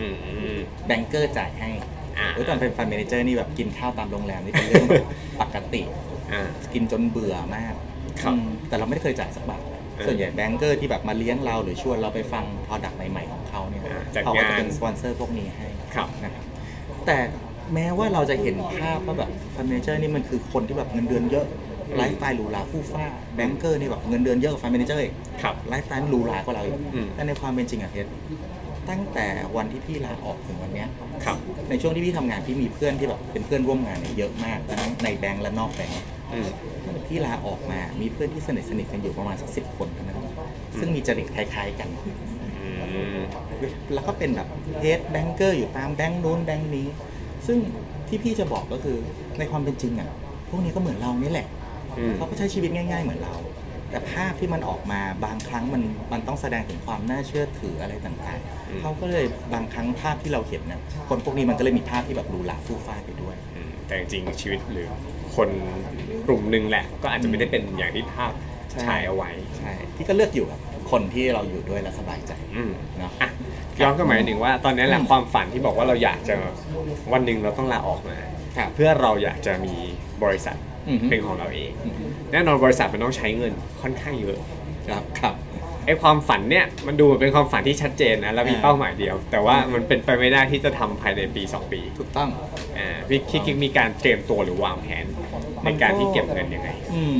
[SPEAKER 3] อืม
[SPEAKER 4] แบงเกอร์จ่ายให้
[SPEAKER 3] อ่า
[SPEAKER 4] โอ้ยตอนเป็นฟาร์มเมนเจอร์นี่แบบกินข้าวตามโรงแรมนี่เป็นเรื่องแบบปกติ
[SPEAKER 3] อ่า
[SPEAKER 4] กินจนเบื่อมาก
[SPEAKER 3] ครับ
[SPEAKER 4] อืมแต่เราไม่ได้เคยจ่ายสักบาท
[SPEAKER 3] ออ
[SPEAKER 4] ส่วนใหญ่แบงเกอร์ที่แบบมาเลี้ยงเราหรือชวนเราไปฟัง product ใหม่ ๆ ของเขาเนี่ย
[SPEAKER 3] อ่าจัด
[SPEAKER 4] เขาก็จะ
[SPEAKER 3] งาน
[SPEAKER 4] เป็นสปอนเซอร์พวกนี้ให้
[SPEAKER 3] ครับ
[SPEAKER 4] นะครับ แต่แม้ว่าเราจะเห็นภาพว่าแบบฟันเนเจอร์นี่มันคือคนที่แบบเงินเดือนเยอะ ไลฟ์สไตล์หรูหราฟู่ฟ้าแบงเกอร์นี่แบบเงินเดือนเยอะกว่าฟันเมนเจอร์อีก
[SPEAKER 3] ครับ
[SPEAKER 4] ไลฟ์สไตล์มันหรูหรากว่าเราอีก
[SPEAKER 3] อืม
[SPEAKER 4] แต่ในความเป็นจริงอะเพชรตั้งแต่วันที่พี่ลาออกถึงวันเนี้ย
[SPEAKER 3] ครับ
[SPEAKER 4] ในช่วงที่พี่ทำงานพี่มีเพื่อนที่แบบเป็นเพื่อนร่วมงานเนี่ยเยอะมากทั้งในแบงก์และนอกแบงก์
[SPEAKER 3] อืม
[SPEAKER 4] ตั้งแต่พี่ลาออกมามีเพื่อนที่สนิทสนิทกันอยู่ประมาณสักสิบคนเท่านั้นซึ่งมีจริตคล้ายๆกัน
[SPEAKER 3] อืม
[SPEAKER 4] แล้วก็เป็นแบบเฮดแบงเกอร์อยู่ตามแบงก์นู้นแบงก์นี้ ซึ่งที่พี่จะบอกก็คือในความเป็นจริงอ่ะพวกนี้ก็เหมือนเรานี่แหละ
[SPEAKER 3] อืม
[SPEAKER 4] เขาก็ใช้ชีวิตง่าย ๆ เหมือนเรา แต่ภาพที่มันออกมาบางครั้งมันมันต้องแสดงถึงความน่าเชื่อถืออะไรต่าง
[SPEAKER 3] อืม
[SPEAKER 4] ๆเขาก็เลยบางครั้งภาพที่เราเห็นนะคนพวกนี้มันก็เลยมีภาพที่แบบหรูหราฟู่ฟ้าไปด้วย
[SPEAKER 3] อืมแต่จริงๆชีวิตหรือคนกลุ่มหนึ่งแหละ ก็อาจจะไม่ได้เป็นอย่างที่ภาพ
[SPEAKER 4] ใช่
[SPEAKER 3] ฉายเอาไว้
[SPEAKER 4] ใช่พี่ก็เลือกอยู่กับคนที่เราอยู่ด้วยและสบายใจ
[SPEAKER 3] อืม
[SPEAKER 4] เนาะ
[SPEAKER 3] อ่ะย้อนกลับมาหนึ่งว่าตอนนี้แหละ
[SPEAKER 4] อืม
[SPEAKER 3] ความฝันที่บอกว่าเราอยากจะวันหนึ่งเราต้องลาออกมา
[SPEAKER 4] ครับ
[SPEAKER 3] เพื่อเราอยากจะมีบริษัท
[SPEAKER 4] อือฮึ
[SPEAKER 3] เป็นของเราเอง แน่นอนบริษัทมันต้องใช้เงินค่อนข้างเยอะ
[SPEAKER 4] ครับครับ
[SPEAKER 3] ไอ้ความฝันเนี่ยมันดูเหมือนเป็นความฝันที่ชัดเจนนะแล้วมี
[SPEAKER 4] อ่า
[SPEAKER 3] เป้าหมายเดียว แต่ว่ามันเป็นไปไม่ได้ที่จะทำภายในปี 2 ปี
[SPEAKER 4] ถูกต้อง
[SPEAKER 3] อ่าพี่คิดคิดมีการเตรียมตัวหรือวางแผนในการที่เก็บเงินยังไง
[SPEAKER 4] อืม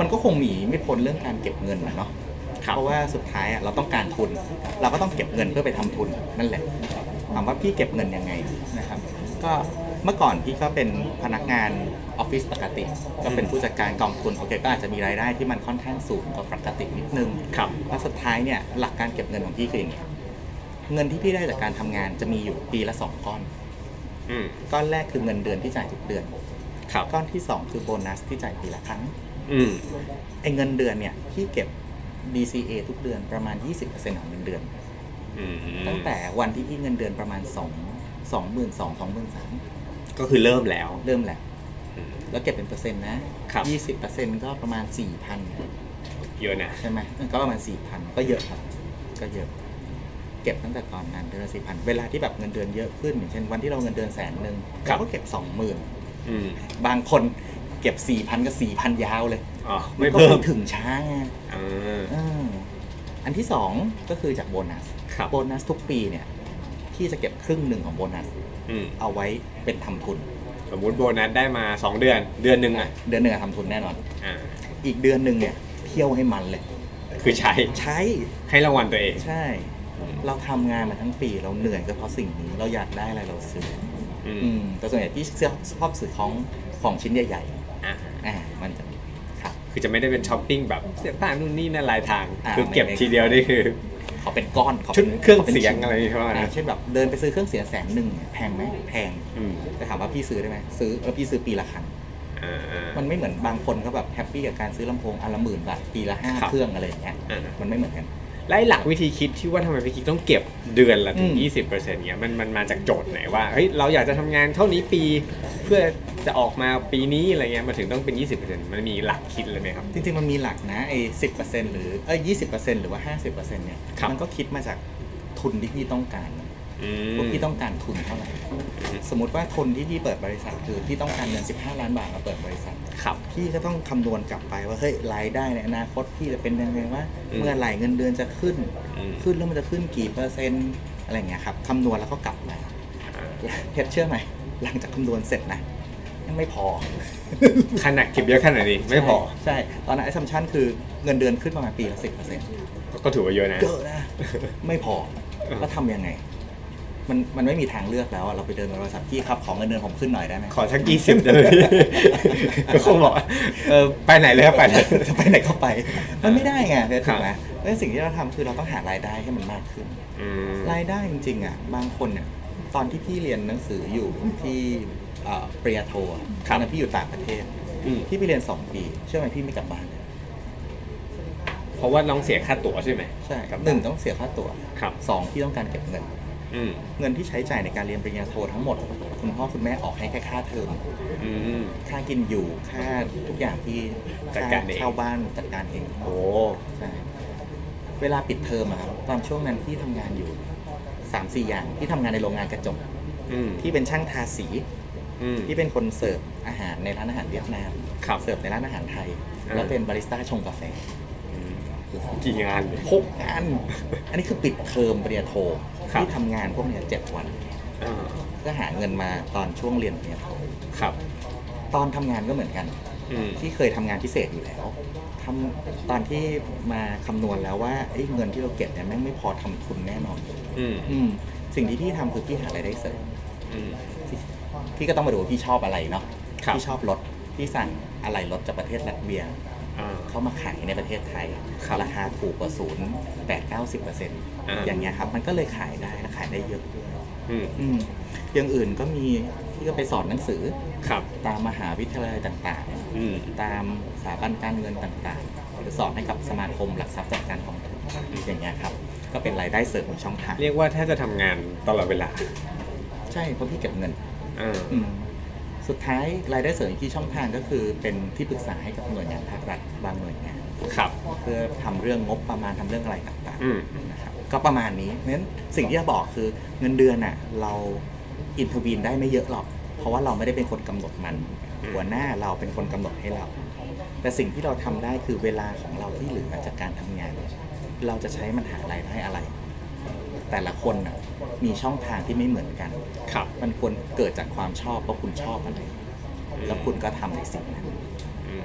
[SPEAKER 4] มันก็คงหนีไม่พ้นเรื่องการเก็บเงินนะเนาะ
[SPEAKER 3] ครับ
[SPEAKER 4] เพราะว่าสุดท้ายอะเราต้องการทุน เราก็ต้องเก็บเงินเพื่อไปทำทุนนั่นแหละถามว่าพี่เก็บเงินยังไงนะครับ ก็เมื่อก่อนพี่ก็เป็นพนักงานออฟฟิศปกติ ก็เป็นผู้จัดการกองทุนโอเคก็อาจจะมีรายได้ที่มันค่อนข้างสูงกว่าปกตินิดนึง
[SPEAKER 3] ครับ
[SPEAKER 4] แล้วสุดท้ายเนี่ยหลักการเก็บเงินของพี่คืออย่างเงี้ยเงินที่พี่ได้จากการทำงานจะมีอยู่ปีละสองก้อน
[SPEAKER 3] อืม
[SPEAKER 4] ก้อนแรกคือเงินเดือนที่จ่ายทุกเดือน
[SPEAKER 3] ครับ
[SPEAKER 4] ก้อนที่สองคือโบนัสที่จ่ายปีละครั้ง
[SPEAKER 3] อืม
[SPEAKER 4] ไอ้เงินเดือนเนี่ยพี่เก็บ DCA ทุกเดือนประมาณ 20%ของเงินเดือน
[SPEAKER 3] อืม
[SPEAKER 4] ตั้งแต่วันที่พี่เงินเดือนประมาณ 2 2 2 0 0 0 23
[SPEAKER 3] ก็คือเริ่มแล้ว
[SPEAKER 4] เริ่มแหละ
[SPEAKER 3] อืม
[SPEAKER 4] แล้วเก็บเป็นเปอร์เซ็นต์นะครับ ยี่สิบเปอร์เซ็นต์ก็ประมาณ 4,000
[SPEAKER 3] เยอะนะ
[SPEAKER 4] ใช่ไหมก็ประมาณ 4,000 ก็เยอะครับก็เยอะ เก็บตั้งแต่ตอนนั้นเดือนละ4,000 เวลาที่แบบเงินเดือนเยอะขึ้นอย่างเช่นวันที่เราเงินเดือนแสนหนึ่งเราก็เก็บ 20,000
[SPEAKER 3] อืม
[SPEAKER 4] บางคนเก็บ 4,000ก็4,000 ยาวเลย
[SPEAKER 3] อ๋อน ไม่
[SPEAKER 4] ก็
[SPEAKER 3] เพิ่ม
[SPEAKER 4] ถึงช้าไง
[SPEAKER 3] อ่า
[SPEAKER 4] อืมอันที่สองก็คือจากโบนัส
[SPEAKER 3] ครับ
[SPEAKER 4] โบนัสทุกปีเนี่ยพี่จะเก็บครึ่งหนึ่งของโบนัส
[SPEAKER 3] อืม
[SPEAKER 4] เอาไว้เป็นทำทุน
[SPEAKER 3] สมมุติโบนัสได้มา 2 เดือน เดือนหนึ่งอ่ะ
[SPEAKER 4] เดือนหนึ่งอะทำทุนแน่นอน
[SPEAKER 3] อ่า
[SPEAKER 4] อีกเดือนหนึ่งเนี่ยเที่ยวให้มันเลย
[SPEAKER 3] คือใช้
[SPEAKER 4] ใช่
[SPEAKER 3] ให้รางวัลตัวเอง
[SPEAKER 4] ใช่ เราทำงานมาทั้งปีเราเหนื่อยก็เพราะสิ่งนี้เราอยากได้อะไรเราซื้อ
[SPEAKER 3] อืม
[SPEAKER 4] อืมแต่ส่วนใหญ่พี่เสื้อชอบซื้อของของชิ้นใหญ่
[SPEAKER 3] อ่า
[SPEAKER 4] ๆอ่ามันจะครับ
[SPEAKER 3] คือจะไม่ได้เป็นช้อปปิ้งแบบเสียต่างนู่นนี่นั่นลายทาง
[SPEAKER 4] อ่า
[SPEAKER 3] คือเก็บ
[SPEAKER 4] ไม่ไม่
[SPEAKER 3] ทีเดียวนี่คือ
[SPEAKER 4] ขอเป็นก้อนขอ
[SPEAKER 3] ชุ
[SPEAKER 4] ป็
[SPEAKER 3] ด
[SPEAKER 4] น
[SPEAKER 3] เครื่อง
[SPEAKER 4] ขป็น
[SPEAKER 3] เสียง
[SPEAKER 4] ชิ้น
[SPEAKER 3] อะไรใช่ไหม
[SPEAKER 4] อ่า
[SPEAKER 3] นะ
[SPEAKER 4] เช่นแบบเดินไปซื้อเครื่องเสียงแสนหนึ่งเนี่ยแพงไหมแพง
[SPEAKER 3] อืม
[SPEAKER 4] แต่ถามว่าพี่ซื้อได้ไหมซื้อแล้วพี่ซื้อปีละครั้ง
[SPEAKER 3] อ่าอ่า
[SPEAKER 4] มันไม่เหมือนบางคนก็แบบแฮปปี้กับการซื้อลำโพงอันละหมื่นบาทปีละห้า
[SPEAKER 3] ครับ
[SPEAKER 4] เครื่องอะไรอย่างเงี้ย
[SPEAKER 3] อ่า
[SPEAKER 4] มันไม่เหมือนกัน
[SPEAKER 3] ไล่หลักวิธีคิดที่ว่าทำไมพี่กิ๊กต้องเก็บเดือนละถึง
[SPEAKER 4] อืม
[SPEAKER 3] 20%เงี้ยมันมันมาจากโจทย์ไหนว่าเฮ้ยเราอยากจะทำงานเท่านี้ปีเพื่อจะออกมาปีนี้อะไรเงี้ยมันถึงต้องเป็น 20%มันมีหลักคิดเลยไหมครับ
[SPEAKER 4] จริงๆมันมีหลักนะไอ้สิบเปอร์เซ็นต์หรือเอ้ยยี่สิบเปอร์เซ็นต์หรือว่าห้าสิบเปอร์เซ็นต์เนี่ย
[SPEAKER 3] ครับ
[SPEAKER 4] มันก็คิดมาจากทุนที่พี่ต้องการ
[SPEAKER 3] อื
[SPEAKER 4] พวก
[SPEAKER 3] ม
[SPEAKER 4] พี่ต้องการทุนเท่าไหร่
[SPEAKER 3] อืม
[SPEAKER 4] สมมติว่าทุนที่พี่เปิดบริษัทคือพี่ต้องการเงินสิบห้าล้านบาทมาเปิดบริษัท
[SPEAKER 3] ครับ
[SPEAKER 4] พี่ก็ต้องคำนวณกลับไปว่าเฮ้ยรายได้ในอนาคตพี่จะเป็นยังไงว่า
[SPEAKER 3] อืม
[SPEAKER 4] เมื่อไหร่เงินเดือนจะขึ้น
[SPEAKER 3] อืม
[SPEAKER 4] ขึ้นแล้วมันจะขึ้นกี่เปอร์เซ็นต์อะไรอย่างเงี้ยครับคำนวณแล้วก็กลับมา
[SPEAKER 3] อ่า
[SPEAKER 4] เพชรเชื่อไหม หลังจากคำนวณเสร็จนะยังไม่พอ
[SPEAKER 3] ขนาดเก็บเยอะขนาดนี้ไม่พอ
[SPEAKER 4] ใช่ ตอนนั้นไอ้ซัมชันคือเงินเดือนขึ้นประมาณปีละสิบเปอร์เซ็นต์
[SPEAKER 3] ก็ถือว่าเยอะนะ
[SPEAKER 4] เยอะนะ ไม่พอ
[SPEAKER 3] เออ
[SPEAKER 4] แล้วทำยังไง มันมันไม่มีทางเลือกแล้วอะเราไปเดินบริษัทพี่ครับ ของเงินเดือนผมขึ้นหน่อยได้ไหม
[SPEAKER 3] ขอสักกี่ สิบเลยก็คงบอกว่าเออไปไหนเลยครับไปไหน
[SPEAKER 4] จะ ไปไหนก็ไป มันไม่ได้ไงเพชร
[SPEAKER 3] ครั
[SPEAKER 4] ถู
[SPEAKER 3] บ
[SPEAKER 4] กไหมเพราะฉะนั้นสิ่งที่เราทำคือเราต้องหารายได้ให้มันมากขึ้น
[SPEAKER 3] อืม
[SPEAKER 4] รายได้จริงๆอ่ะบางคนเนี่ยตอนที่พี่เรียนหนังสืออยู่ที่เอ่อปริญญาโทอะ
[SPEAKER 3] ค
[SPEAKER 4] ต
[SPEAKER 3] รับ
[SPEAKER 4] อนนั้นพี่อยู่ต่างประเทศ
[SPEAKER 3] อืม
[SPEAKER 4] พี่ไปเรียน 2 ปี เชื่อไหมพี่ไม่กลับบ้านเลย
[SPEAKER 3] เพราะว่าน้องเสียค่าตั๋วใช่ไหม
[SPEAKER 4] ใช่
[SPEAKER 3] กลับ
[SPEAKER 4] หนึ่งต้องเสียค่าตั๋ว
[SPEAKER 3] ครับ
[SPEAKER 4] สองพี่ต้องการเก็บเงิน
[SPEAKER 3] อืม
[SPEAKER 4] เงินที่ใช้จ่ายในการเรียนปริญญาโททั้งหมด คุณพ่อคุณแม่ออกให้แค่ค่าเทอม
[SPEAKER 3] อืม
[SPEAKER 4] ค่ากินอยู่ค่าทุกอย่างที่
[SPEAKER 3] จัดการเอง
[SPEAKER 4] ค่เช่าบ้านจัดการเอง
[SPEAKER 3] โอ้
[SPEAKER 4] ใช่เวลาปิดเทอมอะครับตอนช่วงนั้นพี่ทำงานอยู่สามสี่อย่างพี่ทำงานในโรงงานกระจก
[SPEAKER 3] อืม
[SPEAKER 4] พี่เป็นช่างทาสี
[SPEAKER 3] อืม
[SPEAKER 4] พี่เป็นคนเสิร์ฟอาหารในร้านอาหารเวียดนาม
[SPEAKER 3] ครับ
[SPEAKER 4] เสิร์ฟในร้านอาหารไทย
[SPEAKER 3] อ่า
[SPEAKER 4] แล้วเป็นบาริสต้าชงกาแฟ
[SPEAKER 3] อืมโอ้โหกี่งานเนี่ย
[SPEAKER 4] หกงาน อันนี้คือปิดเทอมปริญญาโท
[SPEAKER 3] ครับ
[SPEAKER 4] ที่ทำงานพวกเนี้ยเจ็ดวัน
[SPEAKER 3] อ่า
[SPEAKER 4] ก็หาเงินมาตอนช่วงเรียนปริญญาโท
[SPEAKER 3] ครับ
[SPEAKER 4] ตอนทำงานก็เหมือนกัน
[SPEAKER 3] อืม
[SPEAKER 4] ที่เคยทำงานพิเศษอยู่แล้วทำตอนที่มาคำนวณแล้วว่าเอ้ยเงินที่เราเก็บเนี่ยแม่งไม่พอทำทุนแน่นอน
[SPEAKER 3] อืม
[SPEAKER 4] อืมสิ่งที่พี่ทำคือพี่หารายได้เสริม
[SPEAKER 3] อืม
[SPEAKER 4] พี่ก็ต้องมาดูว่าพี่ชอบอะไรเนาะ
[SPEAKER 3] ครับ
[SPEAKER 4] พี่ชอบรถ พี่สั่งอะไรรถจากประเทศลัตเวีย
[SPEAKER 3] อ่า
[SPEAKER 4] เข้ามาขายในประเทศไทย
[SPEAKER 3] ครับ
[SPEAKER 4] ราคาถูกกว่าศูนย์แปดเก้าสิบเปอร์เซ็นต์
[SPEAKER 3] อ่า
[SPEAKER 4] อย่างเงี้ยครับ มันก็เลยขายได้และขายได้เยอะด้วย
[SPEAKER 3] อืม
[SPEAKER 4] อืมอย่างอื่นก็มีพี่ก็ไปสอนหนังสือ
[SPEAKER 3] ครับ
[SPEAKER 4] ตามมหาวิทยาลัยต่างๆ
[SPEAKER 3] อืม
[SPEAKER 4] ตามสถาบันการเงินต่างๆ หรือสอนให้กับสมาคมหลักทรัพย์จัดการกองทุนอย่างเงี้ยครับ ก็เป็นรายได้เสริมของช่องทาง
[SPEAKER 3] เรียกว่าแทบจะทำงานตลอดเวลา
[SPEAKER 4] ใช่เพราะพี่เก็บเงิน
[SPEAKER 3] อ่า
[SPEAKER 4] อืมสุดท้ายรายได้เสริมที่ช่องทางก็คือเป็นที่ปรึกษาให้กับหน่วยงานภาครัฐบางหน่วยงาน
[SPEAKER 3] ครับ
[SPEAKER 4] เพื่อทำเรื่องงบประมาณทำเรื่องอะไรต่าง
[SPEAKER 3] อืม
[SPEAKER 4] ๆนะครับก็ประมาณนี้เพราะฉะนั้นสิ่งที่จะบอกคือเงินเดือนน่ะเราอินทวีนได้ไม่เยอะหรอก เพราะว่าเราไม่ได้เป็นคนกำหนดมัน
[SPEAKER 3] อืม
[SPEAKER 4] หัวหน้าเราเป็นคนกำหนดให้เรา แต่สิ่งที่เราทำได้คือเวลาของเราที่เหลือจากการทำงาน เราจะใช้มันหารายได้อะไร แต่ละคนน่ะมีช่องทางที่ไม่เหมือนกัน
[SPEAKER 3] ครับ
[SPEAKER 4] มันควรเกิดจากความชอบว่าคุณชอบอะไร แล้วคุณก็ทำในสิ่งนั้น
[SPEAKER 3] อืม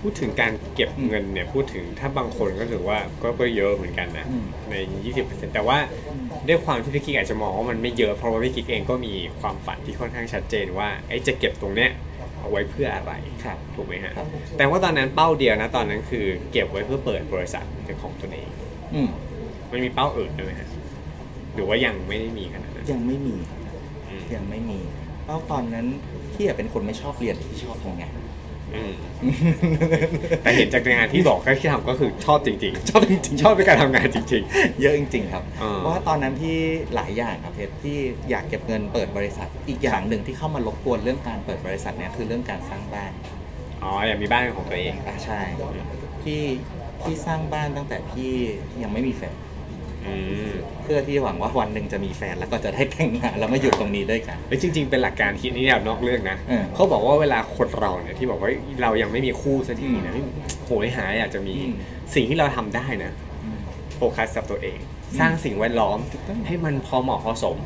[SPEAKER 3] พูดถึงการเก็บเงินเนี่ยพูดถึงถ้าบางคนก็ถือว่าก็ก็เยอะเหมือนกันนะ
[SPEAKER 4] อืม
[SPEAKER 3] ใน 20%แต่ว่าด้วยความที่พี่กิ๊กอาจจะมองว่ามันไม่เยอะเพราะว่าพี่กิ๊กเองก็มีความฝันที่ค่อนข้างชัดเจนว่าไอ้จะเก็บตรงเนี้ยเอาไว้เพื่ออะไร
[SPEAKER 4] ครับ
[SPEAKER 3] ถูกไหมฮะ
[SPEAKER 4] ครับ
[SPEAKER 3] แต่ว่าตอนนั้นเป้าเดียวนะตอนนั้นคือเก็บไว้เพื่อเปิดบริษัทเป็นของตัวเอง
[SPEAKER 4] อืม
[SPEAKER 3] มันมีเป้าอื่นด้วยไหมฮะหรือว่ายังไม่ได้มีขนาดนั้น
[SPEAKER 4] ยังไม่มี
[SPEAKER 3] อืม
[SPEAKER 4] ยังไม่มีเพราะตอนนั้นพี่อะเป็นคนไม่ชอบเรียนที่ชอบทำงาน
[SPEAKER 3] อืมแต่เห็นจากงานที่บอกก็ที่ทำก็คือชอบจริงๆ ชอบจริงๆชอบในการทำงานจริง
[SPEAKER 4] เยอะจริง ๆ ครับ
[SPEAKER 3] อ่า
[SPEAKER 4] เพราะว่าตอนนั้นพี่หลายอย่างครับเพชรที่อยากเก็บเงินเปิดบริษัท อีกอย่างหนึ่งที่เข้ามารบกวนเรื่องการเปิดบริษัทเนี่ยคือเรื่องการสร้างบ้าน
[SPEAKER 3] ๆอ๋ออยากมีบ้านเป็นของตัวเอง
[SPEAKER 4] อ่าใช่พี่พี่สร้างบ้านตั้งแต่พี่ยังไม่มีแฟน
[SPEAKER 3] อืม
[SPEAKER 4] เพื่อที่หวังว่าวันหนึ่งจะมีแฟนแล้วก็จะได้แต่งงานแล้วมาอยู่ตรงนี้ด้วยกัน
[SPEAKER 3] แล้วจริง ๆ เป็นหลักการคิดนี่แบบนอกเรื่องนะ
[SPEAKER 4] เออ
[SPEAKER 3] เขาบอกว่าเวลาคนเราเนี่ยที่บอกว่าเรายังไม่มีคู่สักทีนะ
[SPEAKER 4] อืม
[SPEAKER 3] โหยหาอยากจะมี
[SPEAKER 4] อืม
[SPEAKER 3] สิ่งที่เราทำได้นะ โฟกัสกับตัวเอง สร้างสิ่งแวดล้อมให้มันพอเหมาะพอสม